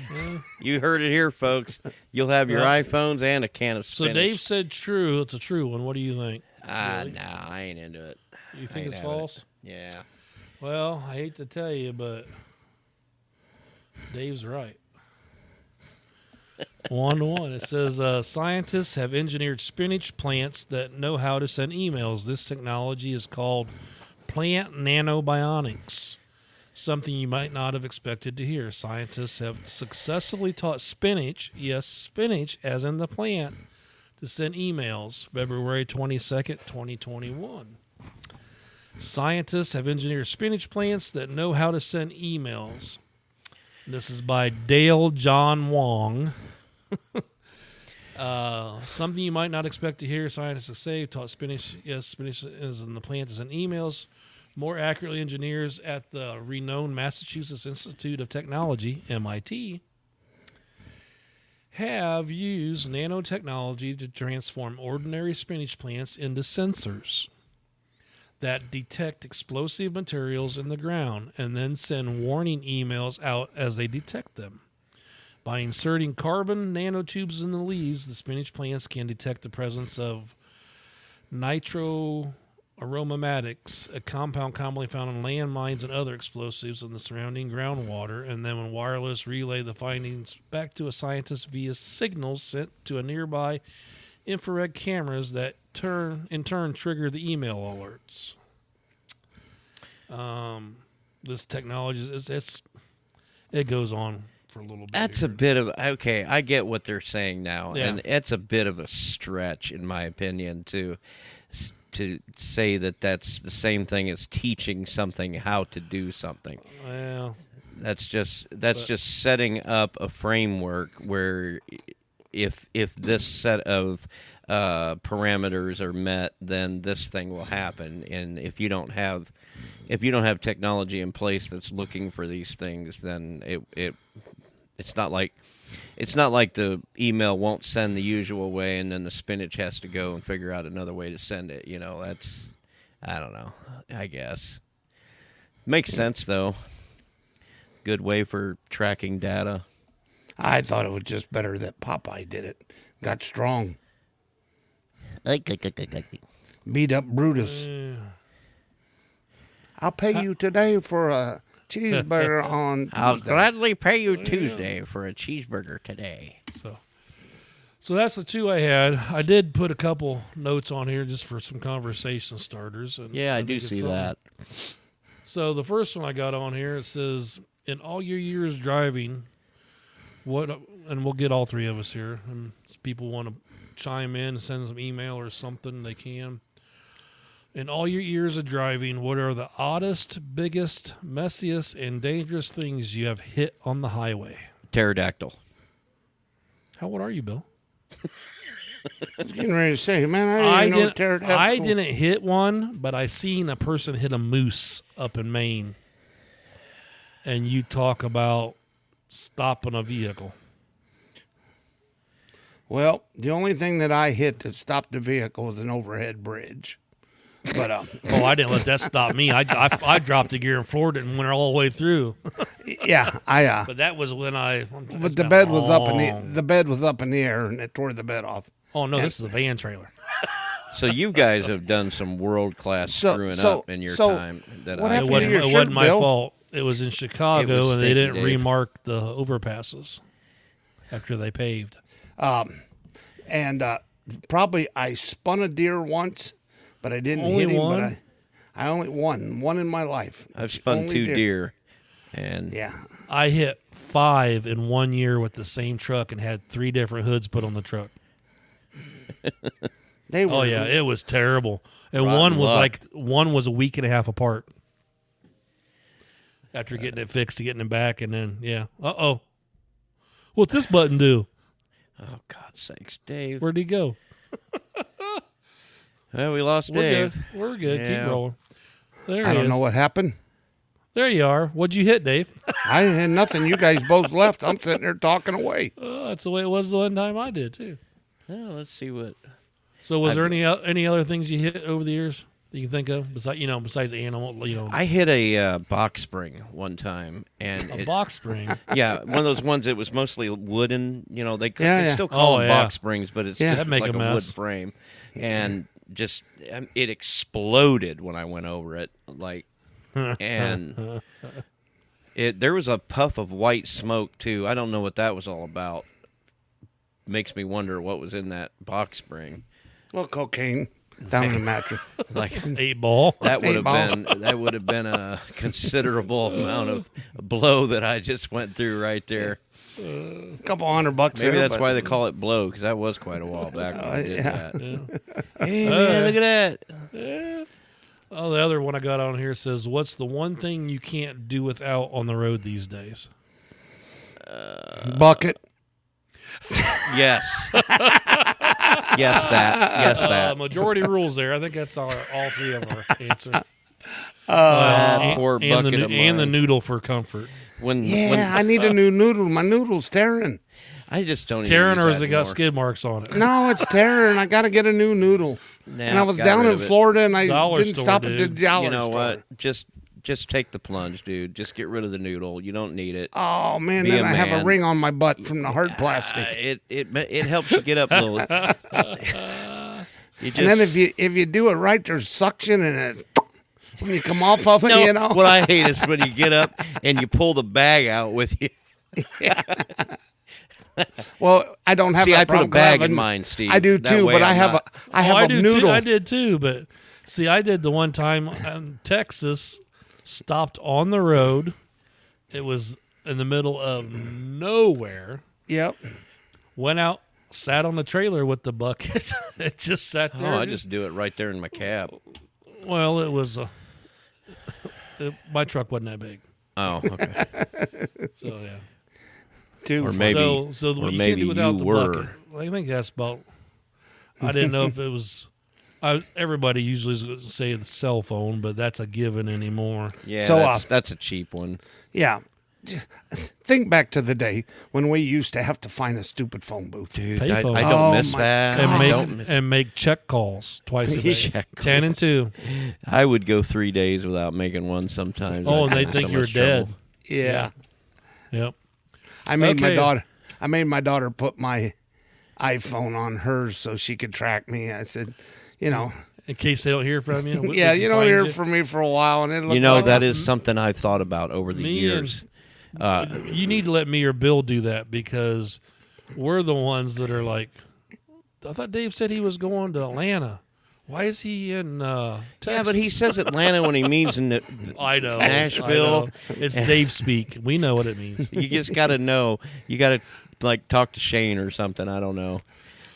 Speaker 3: Hmm?
Speaker 1: you heard it here, folks. You'll have your
Speaker 3: Yeah.
Speaker 1: iPhones and a can of
Speaker 3: So
Speaker 1: spinach.
Speaker 3: Dave said true. It's a true one. What do you think?
Speaker 1: ah, nah, I ain't into it.
Speaker 3: You
Speaker 1: ain't
Speaker 3: think it's
Speaker 1: having it.
Speaker 3: false?
Speaker 1: Yeah.
Speaker 3: Well, I hate to tell you, but Dave's right. one to one. It says uh, scientists have engineered spinach plants that know how to send emails. This technology is called plant nanobionics. Something you might not have expected to hear. Scientists have successfully taught spinach, yes, spinach, as in the plant, to send emails. February 22nd, 2021. Scientists have engineered spinach plants that know how to send emails. This is by Dale John Wong. uh, something you might not expect to hear scientists say taught spinach. Yes, spinach is in the plant to send emails. More accurately, engineers at the renowned Massachusetts Institute of Technology, MIT, have used nanotechnology to transform ordinary spinach plants into sensors that detect explosive materials in the ground and then send warning emails out as they detect them. By inserting carbon nanotubes in the leaves, the spinach plants can detect the presence of nitro aromatics, a compound commonly found in landmines and other explosives in the surrounding groundwater, and then when wireless relay the findings back to a scientist via signals sent to a nearby infrared cameras that turn in turn trigger the email alerts. Um, this technology is it's it goes on for a little bit.
Speaker 1: That's a
Speaker 3: here.
Speaker 1: bit of okay. I get what they're saying now,
Speaker 3: Yeah.
Speaker 1: and it's a bit of a stretch, in my opinion, to s- to say that that's the same thing as teaching something how to do something.
Speaker 3: well,
Speaker 1: That's just that's just setting up a framework where if if this set of uh, parameters are met, then this thing will happen. And if you don't have if you don't have technology in place that's looking for these things, then it it it's not like it's not like the email won't send the usual way, and then the spinach has to go and figure out another way to send it. You know, that's I don't know. I guess makes sense though. Good way for tracking data.
Speaker 2: I thought it was just better that Popeye did it. Got strong.
Speaker 4: Like, like, like, like, like.
Speaker 2: beat up Brutus. I'll pay you today for a cheeseburger on.
Speaker 1: I'll
Speaker 2: Tuesday.
Speaker 1: gladly pay you Tuesday for a cheeseburger today.
Speaker 3: So, so that's the two I had. I did put a couple notes on here just for some conversation starters. And
Speaker 1: Yeah, I, do
Speaker 3: think it's
Speaker 1: see
Speaker 3: something.
Speaker 1: that.
Speaker 3: So the first one I got on here it says, "In all your years driving, what?" And we'll get all three of us here. And if people want to chime in and send some email or something, they can. In all your years of driving, what are the oddest, biggest, messiest, and dangerous things you have hit on the highway?
Speaker 1: Pterodactyl.
Speaker 3: How old are you, Bill?
Speaker 2: Getting ready to say, man, I
Speaker 3: I
Speaker 2: didn't, know
Speaker 3: didn't,
Speaker 2: pterodactyl.
Speaker 3: I didn't hit one, but I seen a person hit a moose up in Maine. And you talk about stopping a vehicle.
Speaker 2: Well, the only thing that I hit that stopped the vehicle was an overhead bridge. But uh,
Speaker 3: Oh, I didn't let that stop me. I, I, I dropped the gear in Florida and went all the way through.
Speaker 2: yeah, I. Uh,
Speaker 3: But that was when I.
Speaker 2: but the bed was up in the the bed was up in the air and it tore the bed off.
Speaker 3: Oh no, this is a van trailer.
Speaker 1: So you guys have done some world class
Speaker 2: So-
Speaker 1: screwing
Speaker 2: so-
Speaker 1: up in your
Speaker 2: so
Speaker 1: time. That
Speaker 2: what
Speaker 1: I
Speaker 3: It
Speaker 2: happened
Speaker 1: can't-
Speaker 3: wasn't,
Speaker 2: your
Speaker 3: it
Speaker 2: shirt,
Speaker 3: wasn't my
Speaker 2: Bill?
Speaker 3: fault. It was in Chicago, and
Speaker 1: Stinky
Speaker 3: they didn't
Speaker 1: Dave.
Speaker 3: remark the overpasses after they paved.
Speaker 2: and uh, probably I spun a deer once, but I didn't
Speaker 3: Only
Speaker 2: hit him.
Speaker 3: one?
Speaker 2: But I, I only one, one in my life.
Speaker 1: I've
Speaker 2: It's the
Speaker 1: spun
Speaker 2: only
Speaker 1: two deer. and
Speaker 2: Yeah,
Speaker 3: I hit five in one year with the same truck and had three different hoods put on the truck.
Speaker 2: they were.
Speaker 3: Oh yeah, it was terrible. And
Speaker 1: Rotten
Speaker 3: one was
Speaker 1: luck.
Speaker 3: like one was a week and a half apart. After getting it fixed to getting it back, and then yeah, uh oh, what's this button do?
Speaker 1: oh God's sakes, Dave.
Speaker 3: Where'd he go?
Speaker 1: Well, we lost
Speaker 3: We're
Speaker 1: Dave.
Speaker 3: good. We're good.
Speaker 1: Yeah.
Speaker 3: Keep rolling. There
Speaker 2: I
Speaker 3: he
Speaker 2: don't
Speaker 3: is.
Speaker 2: know what happened.
Speaker 3: There you are. What'd you hit, Dave?
Speaker 2: I had nothing. You guys both left. I'm sitting there talking away.
Speaker 3: Oh, that's the way it was the one time I did too.
Speaker 1: Well, let's see what.
Speaker 3: So was there any o- any other things you hit over the years that you can think of besides you know besides the animal you know
Speaker 1: I hit a uh, box spring one time, and
Speaker 3: a
Speaker 1: it,
Speaker 3: box spring?
Speaker 1: yeah, one of those ones that was mostly wooden. You know, they, c-
Speaker 2: Yeah,
Speaker 1: they
Speaker 2: yeah.
Speaker 1: still call
Speaker 3: Oh,
Speaker 1: them
Speaker 3: yeah.
Speaker 1: box springs, but it's
Speaker 2: Yeah.
Speaker 1: just
Speaker 3: That'd make
Speaker 1: like
Speaker 3: a
Speaker 1: a, wood
Speaker 3: mess.
Speaker 1: frame, and just um, it exploded when I went over it. Like, and it there was a puff of white smoke too. I don't know what that was all about. Makes me wonder what was in that box spring.
Speaker 2: Well, cocaine down in the mattress.
Speaker 1: Like
Speaker 3: Eight ball.
Speaker 1: that would have
Speaker 2: Paintball.
Speaker 1: been that would have been a considerable amount of blow that I just went through right there.
Speaker 2: A couple hundred bucks.
Speaker 1: Maybe
Speaker 2: there,
Speaker 1: that's
Speaker 2: but- Uh,
Speaker 1: why they call it blow because that was quite a while back when I did
Speaker 2: yeah.
Speaker 1: that. Uh, Hey man, look at that!
Speaker 3: Oh, the other one I got on here says, "What's the one thing you can't do without on the road these days?"
Speaker 2: bucket.
Speaker 1: Yes, yes that, yes
Speaker 2: Um,
Speaker 3: Uh,
Speaker 1: that.
Speaker 3: majority rules there. I think that's all, all three of our answer.
Speaker 1: Oh, that poor
Speaker 3: and, and the,
Speaker 1: bucket
Speaker 3: noo-
Speaker 1: of
Speaker 3: and the
Speaker 1: mine.
Speaker 3: noodle for comfort.
Speaker 1: When
Speaker 2: Yeah,
Speaker 1: when
Speaker 2: I need a new noodle. My noodle's tearing.
Speaker 1: I just don't. even
Speaker 3: Taryn,
Speaker 1: use
Speaker 3: or has
Speaker 1: that
Speaker 3: it got
Speaker 1: anymore.
Speaker 3: skid marks on it?
Speaker 2: No, it's tearing. I got to get a new noodle.
Speaker 1: Nah,
Speaker 2: and I was
Speaker 1: got
Speaker 2: down
Speaker 1: rid
Speaker 2: in
Speaker 1: of it.
Speaker 2: Florida, and I
Speaker 3: Dollar
Speaker 2: didn't
Speaker 3: store,
Speaker 2: stop at
Speaker 3: dude.
Speaker 2: the dollar
Speaker 1: You know
Speaker 2: store.
Speaker 1: what? Just just take the plunge, dude. Just get rid of the noodle. You don't need it.
Speaker 2: Oh man,
Speaker 1: Be
Speaker 2: then
Speaker 1: a
Speaker 2: I have a
Speaker 1: man.
Speaker 2: ring on my butt from the hard
Speaker 1: Uh,
Speaker 2: plastic.
Speaker 1: it it it helps you get up a little. You
Speaker 2: and then
Speaker 1: just-
Speaker 2: if you if you do it right, there's suction and it when you come off of it,
Speaker 1: No,
Speaker 2: you know.
Speaker 1: what I hate is when you get up and you pull the bag out with you.
Speaker 2: well, I don't have.
Speaker 1: See,
Speaker 2: that
Speaker 1: I put a
Speaker 2: problem 'cause I
Speaker 1: bag
Speaker 2: have
Speaker 1: in
Speaker 2: a-
Speaker 1: mine, Steve.
Speaker 2: I do
Speaker 1: That
Speaker 2: too,
Speaker 1: way
Speaker 2: but I
Speaker 1: I'm
Speaker 2: have
Speaker 1: not-
Speaker 2: a I have
Speaker 3: oh,
Speaker 2: a
Speaker 3: I do
Speaker 2: noodle.
Speaker 3: too. I did too, but see, I did the one time in Texas, stopped on the road. It was in the middle of nowhere.
Speaker 2: Yep.
Speaker 3: Went out, sat on the trailer with the bucket. it just sat there.
Speaker 1: Oh, I
Speaker 3: just-
Speaker 1: just do it right there in my cab.
Speaker 3: Well, it was. Uh, it, my truck wasn't that big,
Speaker 1: Oh, okay.
Speaker 3: so yeah.
Speaker 2: Too.
Speaker 1: Or maybe,
Speaker 3: so, so the,
Speaker 1: or
Speaker 3: you
Speaker 1: maybe
Speaker 3: can't do without
Speaker 1: you
Speaker 3: the
Speaker 1: were.
Speaker 3: bucket. I think that's about. I didn't know if it was. I, everybody usually is gonna say the cell phone, but that's a given anymore.
Speaker 1: Yeah,
Speaker 2: So,
Speaker 1: that's,
Speaker 2: uh,
Speaker 1: that's a cheap one.
Speaker 2: yeah. Think back to the day when we used to have to find a stupid phone booth.
Speaker 1: Dude,
Speaker 3: Payphone.
Speaker 1: I, I don't
Speaker 2: Oh,
Speaker 1: miss
Speaker 2: my
Speaker 1: that.
Speaker 3: And
Speaker 1: I don't
Speaker 3: make
Speaker 1: miss-
Speaker 3: and make check calls twice a day,
Speaker 1: Check
Speaker 3: ten and two.
Speaker 1: I would go three days without making one sometimes. I'd
Speaker 3: Oh, and
Speaker 1: get
Speaker 3: they
Speaker 1: in
Speaker 3: think
Speaker 1: so
Speaker 3: you're
Speaker 1: much
Speaker 3: dead.
Speaker 1: trouble.
Speaker 2: Yeah.
Speaker 3: Yep.
Speaker 2: I made my
Speaker 3: Okay.
Speaker 2: daughter. I made my daughter put my iPhone on hers so she could track me. I said, you know,
Speaker 3: in case they don't hear from you. we-
Speaker 2: yeah,
Speaker 3: we
Speaker 2: you
Speaker 3: can
Speaker 2: don't
Speaker 3: find
Speaker 2: hear
Speaker 3: you.
Speaker 2: from me for a while, and it looked
Speaker 1: You know
Speaker 2: like
Speaker 1: that is something I've thought about over the
Speaker 3: Me
Speaker 1: years. Uh,
Speaker 3: You need to let me or Bill do that because we're the ones that are like, I thought Dave said he was going to Atlanta. Why is he in uh, Texas?
Speaker 1: yeah, but he says Atlanta when he means in the.
Speaker 3: I know.
Speaker 1: Nashville.
Speaker 3: I know. It's Dave speak. We know what it means.
Speaker 1: You just got to know. You got to like talk to Shane or something. I don't know.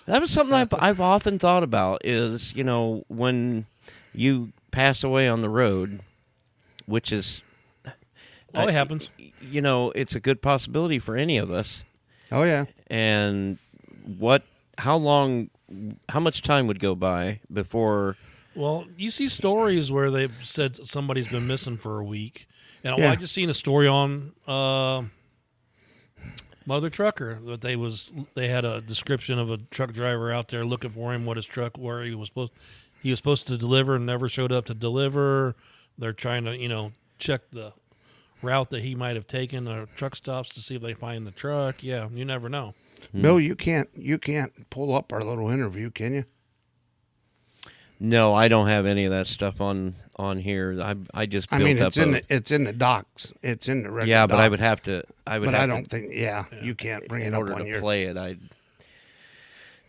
Speaker 1: That was something I've, I've often thought about. Is you know when you pass away on the road, which is
Speaker 3: Well, Oh, it happens.
Speaker 1: you know it's a good possibility for any of us.
Speaker 2: oh yeah,
Speaker 1: and what how long how much time would go by before
Speaker 3: Well, you see stories where they've said somebody's been missing for a week, and well, I
Speaker 2: Yeah.
Speaker 3: just seen a story on uh, Mother Trucker that they was they had a description of a truck driver out there looking for him, what his truck where he was supposed he was supposed to deliver and never showed up to deliver. They're trying to you know check the route that he might have taken or truck stops to see if they find the truck. Yeah, you never know.
Speaker 1: Hmm.
Speaker 2: Bill, you can't you can't pull up our little interview, can you?
Speaker 1: no i don't have any of that stuff on on here i i just
Speaker 2: I
Speaker 1: built
Speaker 2: mean,
Speaker 1: up
Speaker 2: it's in
Speaker 1: a-
Speaker 2: the it's in the docs, it's in the record
Speaker 1: yeah but i
Speaker 2: doc,
Speaker 1: would have to i would
Speaker 2: but
Speaker 1: have
Speaker 2: I
Speaker 1: to-
Speaker 2: don't think yeah, you can't bring
Speaker 1: in
Speaker 2: it up
Speaker 1: order
Speaker 2: on
Speaker 1: to
Speaker 2: your
Speaker 1: play it i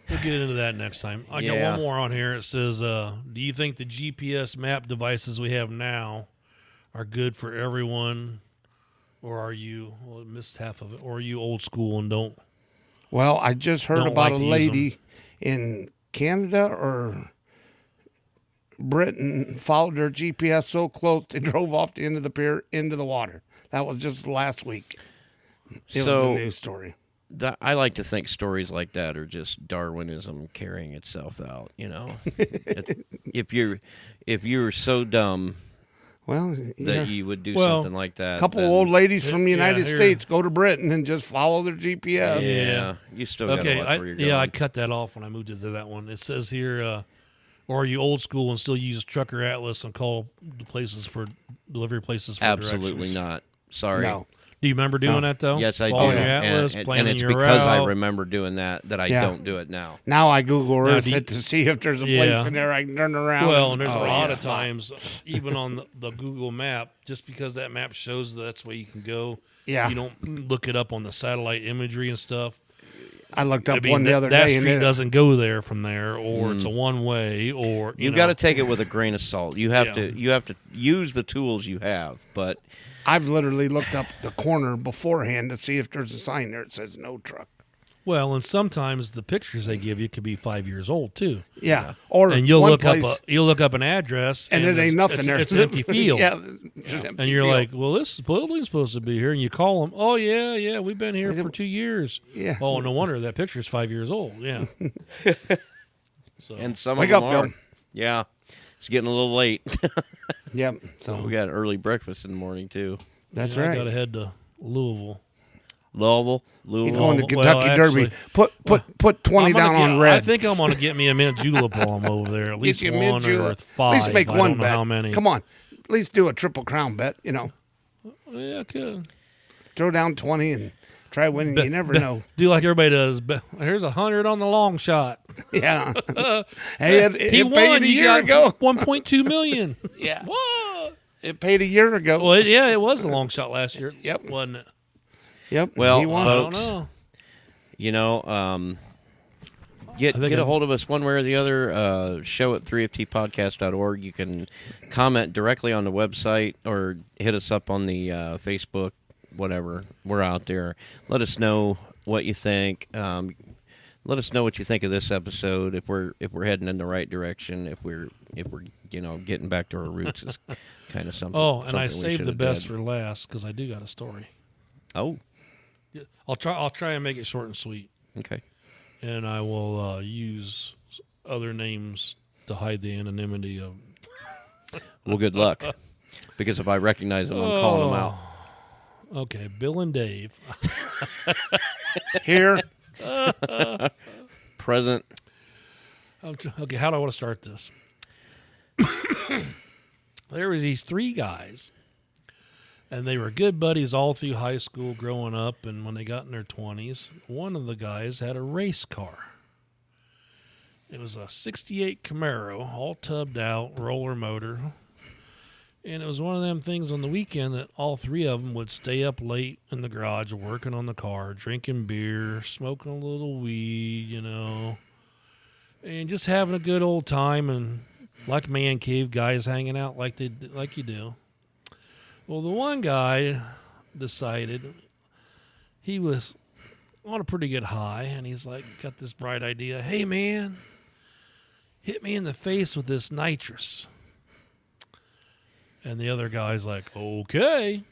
Speaker 3: We'll get into that next time. I
Speaker 1: Yeah.
Speaker 3: got one more on here. It says, uh, "Do you think the GPS map devices we have now are good for everyone, or are you well, I missed half of it, or are you old school and don't?"
Speaker 2: Well, I just heard
Speaker 3: Don't
Speaker 2: about
Speaker 3: like
Speaker 2: a
Speaker 3: to use 'em.
Speaker 2: lady in Canada or Britain followed her GPS so close they drove off the end of the pier into the water. That was just last week. It
Speaker 1: So-
Speaker 2: was a news story.
Speaker 1: that i like to think stories like that are just darwinism carrying itself out you know It- if you're if you're so dumb
Speaker 2: Well, you
Speaker 1: that
Speaker 2: know,
Speaker 1: you would do
Speaker 3: Well,
Speaker 1: something like that
Speaker 2: a couple
Speaker 1: then-
Speaker 2: old ladies from the
Speaker 3: Yeah,
Speaker 2: United
Speaker 3: here.
Speaker 2: States go to Britain and just follow their GPS.
Speaker 1: yeah,
Speaker 3: Yeah.
Speaker 1: you still
Speaker 3: Okay,
Speaker 1: gotta watch
Speaker 3: I,
Speaker 1: where you're going
Speaker 3: yeah, I cut that off when I moved into that one. It says here, uh, "Or are you old school and still use Trucker Atlas and call the places for delivery places?" for
Speaker 1: absolutely
Speaker 3: directions?
Speaker 1: not sorry
Speaker 2: No.
Speaker 3: Do you remember doing that though?
Speaker 1: Yes, I do.
Speaker 3: Following
Speaker 2: yeah.
Speaker 3: your Atlas,
Speaker 1: and, and,
Speaker 3: planning
Speaker 1: and it's
Speaker 3: your
Speaker 1: because I
Speaker 3: route.
Speaker 1: remember doing that that I
Speaker 2: Yeah.
Speaker 1: don't do it now.
Speaker 2: Now I Google
Speaker 3: Now,
Speaker 2: Earth
Speaker 3: do you-
Speaker 2: it to see if there's a
Speaker 3: Yeah.
Speaker 2: place in there I can turn around.
Speaker 3: Well, and there's a
Speaker 2: Oh,
Speaker 3: lot
Speaker 2: yeah.
Speaker 3: of times, even on the, the Google map, just because that map shows that's where you can go.
Speaker 2: Yeah.
Speaker 3: You don't look it up on the satellite imagery and stuff.
Speaker 2: I looked up
Speaker 3: I mean,
Speaker 2: one the
Speaker 3: that-
Speaker 2: other
Speaker 3: that
Speaker 2: day and
Speaker 3: street
Speaker 2: it-
Speaker 3: doesn't go there from there, or it's a one way, or you
Speaker 1: You've
Speaker 3: know,
Speaker 1: got to take it with a grain of salt. You have
Speaker 3: Yeah.
Speaker 1: to you have to use the tools you have, but
Speaker 2: I've literally looked up the corner beforehand to see if there's a sign there that says no truck.
Speaker 3: Well, and sometimes the pictures they give you could be five years old too,
Speaker 2: Yeah. Or
Speaker 3: and you'll
Speaker 2: one
Speaker 3: look
Speaker 2: place,
Speaker 3: up a, you'll look up an address,
Speaker 2: and, it
Speaker 3: it's-
Speaker 2: ain't nothing
Speaker 3: it's-
Speaker 2: there.
Speaker 3: It's an empty field.
Speaker 2: yeah. it's an empty
Speaker 3: And you're
Speaker 2: field.
Speaker 3: like, well, this building's supposed to be here, and you call them. Oh yeah, yeah, we've been here for two years.
Speaker 2: Yeah.
Speaker 3: Oh, no wonder that picture's five years old. Yeah. so
Speaker 1: and some
Speaker 2: Wake
Speaker 1: of them
Speaker 2: up,
Speaker 1: are.
Speaker 2: Bill.
Speaker 1: Yeah, it's getting a little late.
Speaker 2: Yep. So
Speaker 1: we got early breakfast in the morning too.
Speaker 2: that's
Speaker 3: I
Speaker 2: right.
Speaker 3: gotta head to Louisville.
Speaker 1: Louisville,
Speaker 2: He's
Speaker 1: Louisville.
Speaker 2: going to
Speaker 3: well,
Speaker 2: Kentucky
Speaker 3: actually-
Speaker 2: Derby. Put put put twenty
Speaker 3: I'm gonna
Speaker 2: down
Speaker 3: get-
Speaker 2: on red.
Speaker 3: I think I'm gonna get me a mint julep while I'm over there. At least
Speaker 2: Get you a
Speaker 3: one
Speaker 2: mid-July.
Speaker 3: or five.
Speaker 2: At least make
Speaker 3: I
Speaker 2: one
Speaker 3: don't know
Speaker 2: bet.
Speaker 3: How many?
Speaker 2: Come on. At least do a triple crown bet. You know,
Speaker 3: Yeah, I could.
Speaker 2: throw down twenty and try winning. you never know.
Speaker 3: Do like everybody does. But here's a hundred on the long shot.
Speaker 2: Yeah. hey, it, it,
Speaker 3: He won
Speaker 2: paid a
Speaker 3: you
Speaker 2: year ago.
Speaker 3: got 1.2 million.
Speaker 2: Yeah.
Speaker 3: what?
Speaker 2: It paid a year ago.
Speaker 3: Well, it- yeah, it was the long shot last year.
Speaker 2: Yep.
Speaker 3: wasn't it?
Speaker 2: Yep.
Speaker 1: Well,
Speaker 2: he won.
Speaker 1: uh,
Speaker 3: I don't
Speaker 1: Folks.
Speaker 3: know.
Speaker 1: You know, um, get
Speaker 3: think
Speaker 1: get a
Speaker 3: I'm-
Speaker 1: hold of us one way or the other. Uh, show at 3ftpodcast.org. You can comment directly on the website or hit us up on the uh, Facebook, whatever. We're out there. Let us know what you think. Um, let us know what you think of this episode. If we're if we're heading in the right direction, if we're if we're you know getting back to our roots is kind of something.
Speaker 3: Oh, and
Speaker 1: something
Speaker 3: I
Speaker 1: we
Speaker 3: saved the
Speaker 1: should've
Speaker 3: best
Speaker 1: did.
Speaker 3: for last because I do got a story.
Speaker 1: Oh,
Speaker 3: I'll try. I'll try and make it short and sweet,
Speaker 1: okay.
Speaker 3: and I will uh, use other names to hide the anonymity of.
Speaker 1: Well, good luck. Because if I recognize them, I'm calling them out.
Speaker 3: Oh. Okay, Bill and Dave.
Speaker 2: Here.
Speaker 1: Present.
Speaker 3: I'm tr- okay, how do I want to start this? there was these three guys, and they were good buddies all through high school, growing up, and when they got in their twenties, one of the guys had a race car. It was a 68 Camaro, all tubbed out, roller motor. And it was one of them things on the weekend that all three of them would stay up late in the garage working on the car, drinking beer, smoking a little weed, you know, and just having a good old time and like man cave guys hanging out like they like you do. Well, the one guy decided he was on a pretty good high, and he's like, got this bright idea. Hey, man, hit me in the face with this nitrous. And the other guy's like, okay.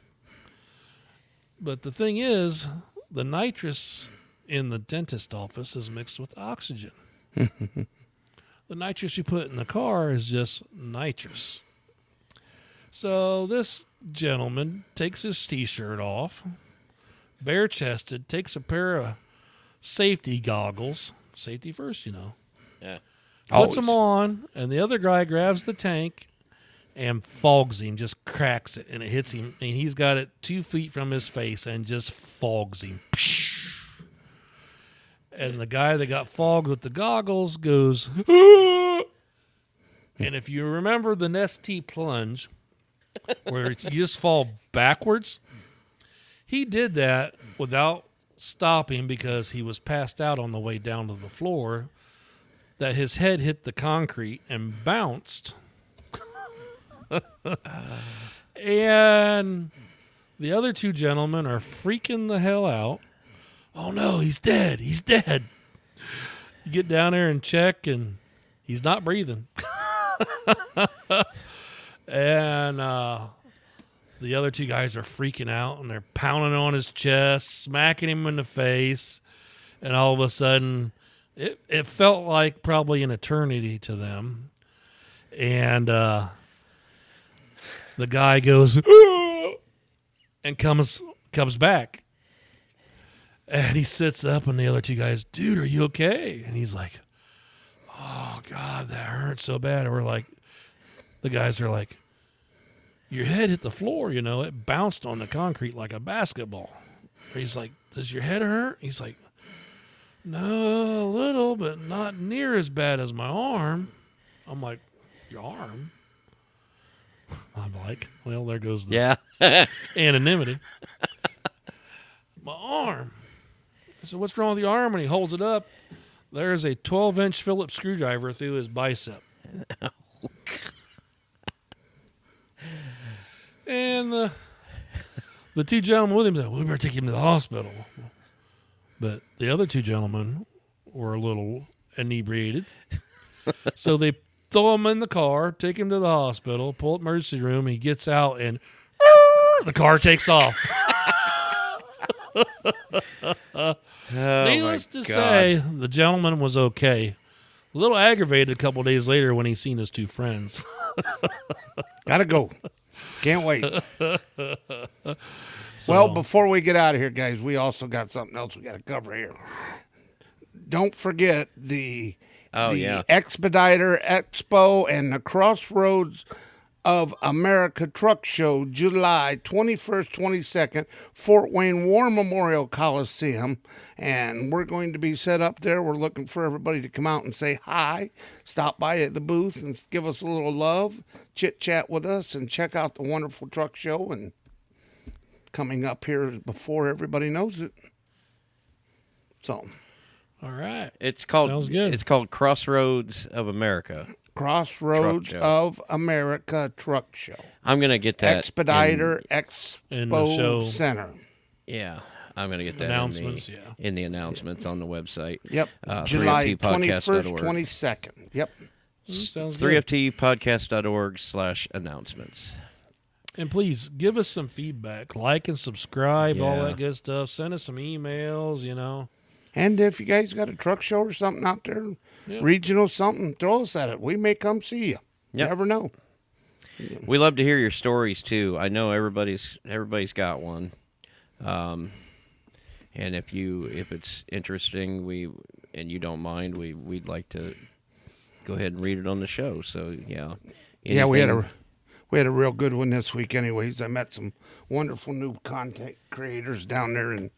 Speaker 3: But the thing is, the nitrous in the dentist office is mixed with oxygen. the nitrous you put in the car is just nitrous. So this gentleman takes his t shirt off, bare chested, takes a pair of safety goggles, safety first, you know,
Speaker 1: Yeah.
Speaker 3: puts
Speaker 2: Always.
Speaker 3: them on, and the other guy grabs the tank and fogs him, just cracks it, and it hits him, and he's got it two feet from his face and just fogs him. And the guy that got fogged with the goggles goes, and if you remember the nesty plunge, where it's, you just fall backwards, he did that without stopping because he was passed out on the way down to the floor. That his head hit the concrete and bounced. and the other two gentlemen are freaking the hell out. Oh no, he's dead. He's dead. You get down there and check, and he's not breathing. and uh, the other two guys are freaking out and they're pounding on his chest, smacking him in the face. And all of a sudden, it, it felt like probably an eternity to them. And uh, the guy goes and comes comes back. And he sits up, and the other two guys, dude, are you okay? And he's like, oh, God, that hurts so bad. And we're like, the guys are like, your head hit the floor, you know, it bounced on the concrete like a basketball. He's like, Does your head hurt? He's like, No, a little, but not near as bad as my arm. I'm like, Your arm? I'm like, Well, there goes the
Speaker 1: Yeah.
Speaker 3: anonymity. my arm. I said, What's wrong with your arm? And he holds it up. There's a 12 inch Phillips screwdriver through his bicep. and the, the two gentlemen with him said, We better take him to the hospital. But the other two gentlemen were a little inebriated. so they throw him in the car, take him to the hospital, pull up emergency room. He gets out and the car takes off.
Speaker 1: Oh,
Speaker 3: Needless
Speaker 1: my
Speaker 3: to
Speaker 1: God.
Speaker 3: say, the gentleman was okay. A little aggravated a couple days later when he seen his two friends.
Speaker 2: Gotta go. Can't wait. well, before we get out of here, guys, we also got something else we got to cover here. Don't forget the
Speaker 1: Oh,
Speaker 2: the
Speaker 1: yeah.
Speaker 2: Expediter Expo and the Crossroads of America Truck Show, July 21st, 22nd, Fort Wayne War Memorial Coliseum. And we're going to be set up there. We're looking for everybody to come out and say hi, stop by at the booth and give us a little love, chit chat with us, and check out the wonderful truck show. And coming up here before everybody knows it. So,
Speaker 3: All right.
Speaker 1: It's called
Speaker 3: Sounds good.
Speaker 1: It's called Crossroads of America.
Speaker 2: Crossroads
Speaker 1: Truck show.
Speaker 2: of America Truck Show.
Speaker 1: I'm gonna get that in-
Speaker 2: Expediter
Speaker 3: in the show.
Speaker 2: Expo Center.
Speaker 1: yeah, I'm gonna get that
Speaker 3: Announcements,
Speaker 1: In the,
Speaker 3: yeah.
Speaker 1: in the announcements on the website.
Speaker 2: Yep.
Speaker 1: Uh,
Speaker 2: July
Speaker 1: 3FTpodcast.org.
Speaker 2: 21st, 22nd. Yep.
Speaker 3: Sounds good.
Speaker 1: 3ftpodcast.org slash announcements.
Speaker 3: And please give us some feedback. Like and subscribe, all
Speaker 1: Yeah.
Speaker 3: that good stuff. Send us some emails, you know.
Speaker 2: And if you guys got a truck show or something out there,
Speaker 3: Yeah.
Speaker 2: regional something, throw us at it. We may come see you. You
Speaker 1: Yep.
Speaker 2: never know.
Speaker 1: We love to hear your stories too. I know everybody's everybody's got one. Um, and if you if it's interesting, we and you don't mind, we we'd like to go ahead and read it on the show. So yeah.
Speaker 2: Yeah, we had a
Speaker 1: Anything-
Speaker 2: we had a real good one this week. Anyways, I met some wonderful new content creators down there in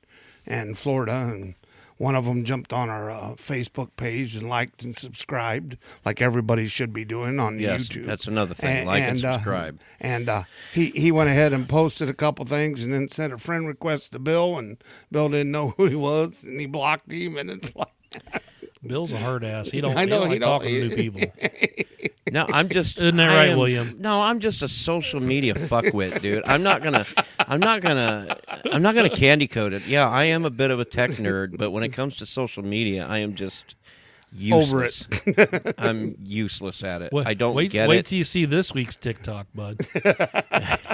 Speaker 2: and Florida, and One of them jumped on our uh, Facebook page and liked and subscribed, like everybody should be doing on
Speaker 1: Yes,
Speaker 2: YouTube.
Speaker 1: that's another thing, like and
Speaker 2: uh,
Speaker 1: subscribe.
Speaker 2: and uh, he he went ahead and posted a couple things, and then sent a friend request to Bill, and Bill didn't know who he was, and he blocked him, and it's like.
Speaker 3: Bill's a hard ass. He don't.
Speaker 2: I
Speaker 3: I
Speaker 2: know,
Speaker 3: know. He don't like
Speaker 2: he don't-
Speaker 3: talking to new people.
Speaker 1: No, I'm just
Speaker 3: Isn't that
Speaker 1: I
Speaker 3: right,
Speaker 1: am-
Speaker 3: William?
Speaker 1: No, I'm just a social media fuckwit, dude. I'm not gonna, I'm not gonna, I'm not gonna candy coat it. Yeah, I am a bit of a tech nerd, but when it comes to social media, I am just
Speaker 2: Over
Speaker 1: useless. I'm useless at it.
Speaker 3: Wait-
Speaker 1: I don't
Speaker 3: wait,
Speaker 1: get
Speaker 3: wait
Speaker 1: it.
Speaker 3: till you see this week's TikTok, bud.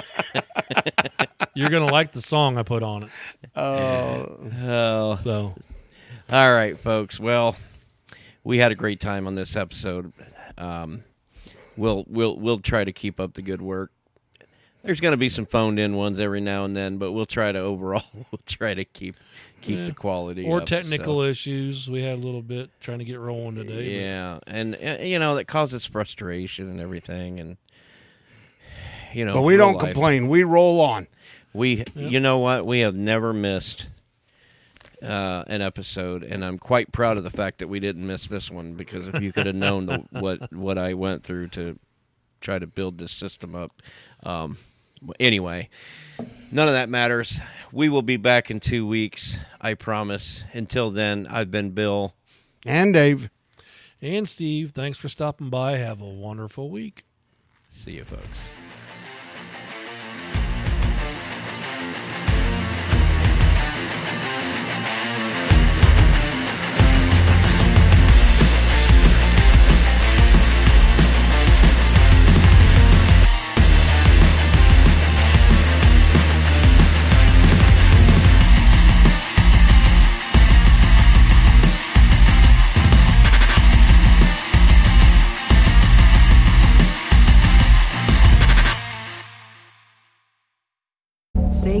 Speaker 3: You're gonna like the song I put on it.
Speaker 2: Oh,
Speaker 1: Oh,
Speaker 3: So
Speaker 1: all right, folks. Well, we had a great time on this episode. Um, we'll we'll we'll try to keep up the good work. There's going to be some phoned in ones every now and then, but we'll try to overall we'll try to keep keep
Speaker 3: Yeah.
Speaker 1: the quality
Speaker 3: or
Speaker 1: up,
Speaker 3: technical
Speaker 1: so.
Speaker 3: issues. We had a little bit trying to get rolling today.
Speaker 1: Yeah, and uh, you know that causes frustration and everything, and you know.
Speaker 2: but we
Speaker 1: real
Speaker 2: don't
Speaker 1: life.
Speaker 2: complain. We roll on.
Speaker 1: We, you know what? We have never missed uh, an episode, and I'm quite proud of the fact that we didn't miss this one because if you could have known the, what what I went through to try to build this system up. Um, anyway, none of that matters. We will be back in two weeks, I promise. Until then, I've been Bill.
Speaker 2: And Dave.
Speaker 3: And Steve, thanks for stopping by. Have a wonderful week.
Speaker 1: See you, folks.
Speaker 4: Say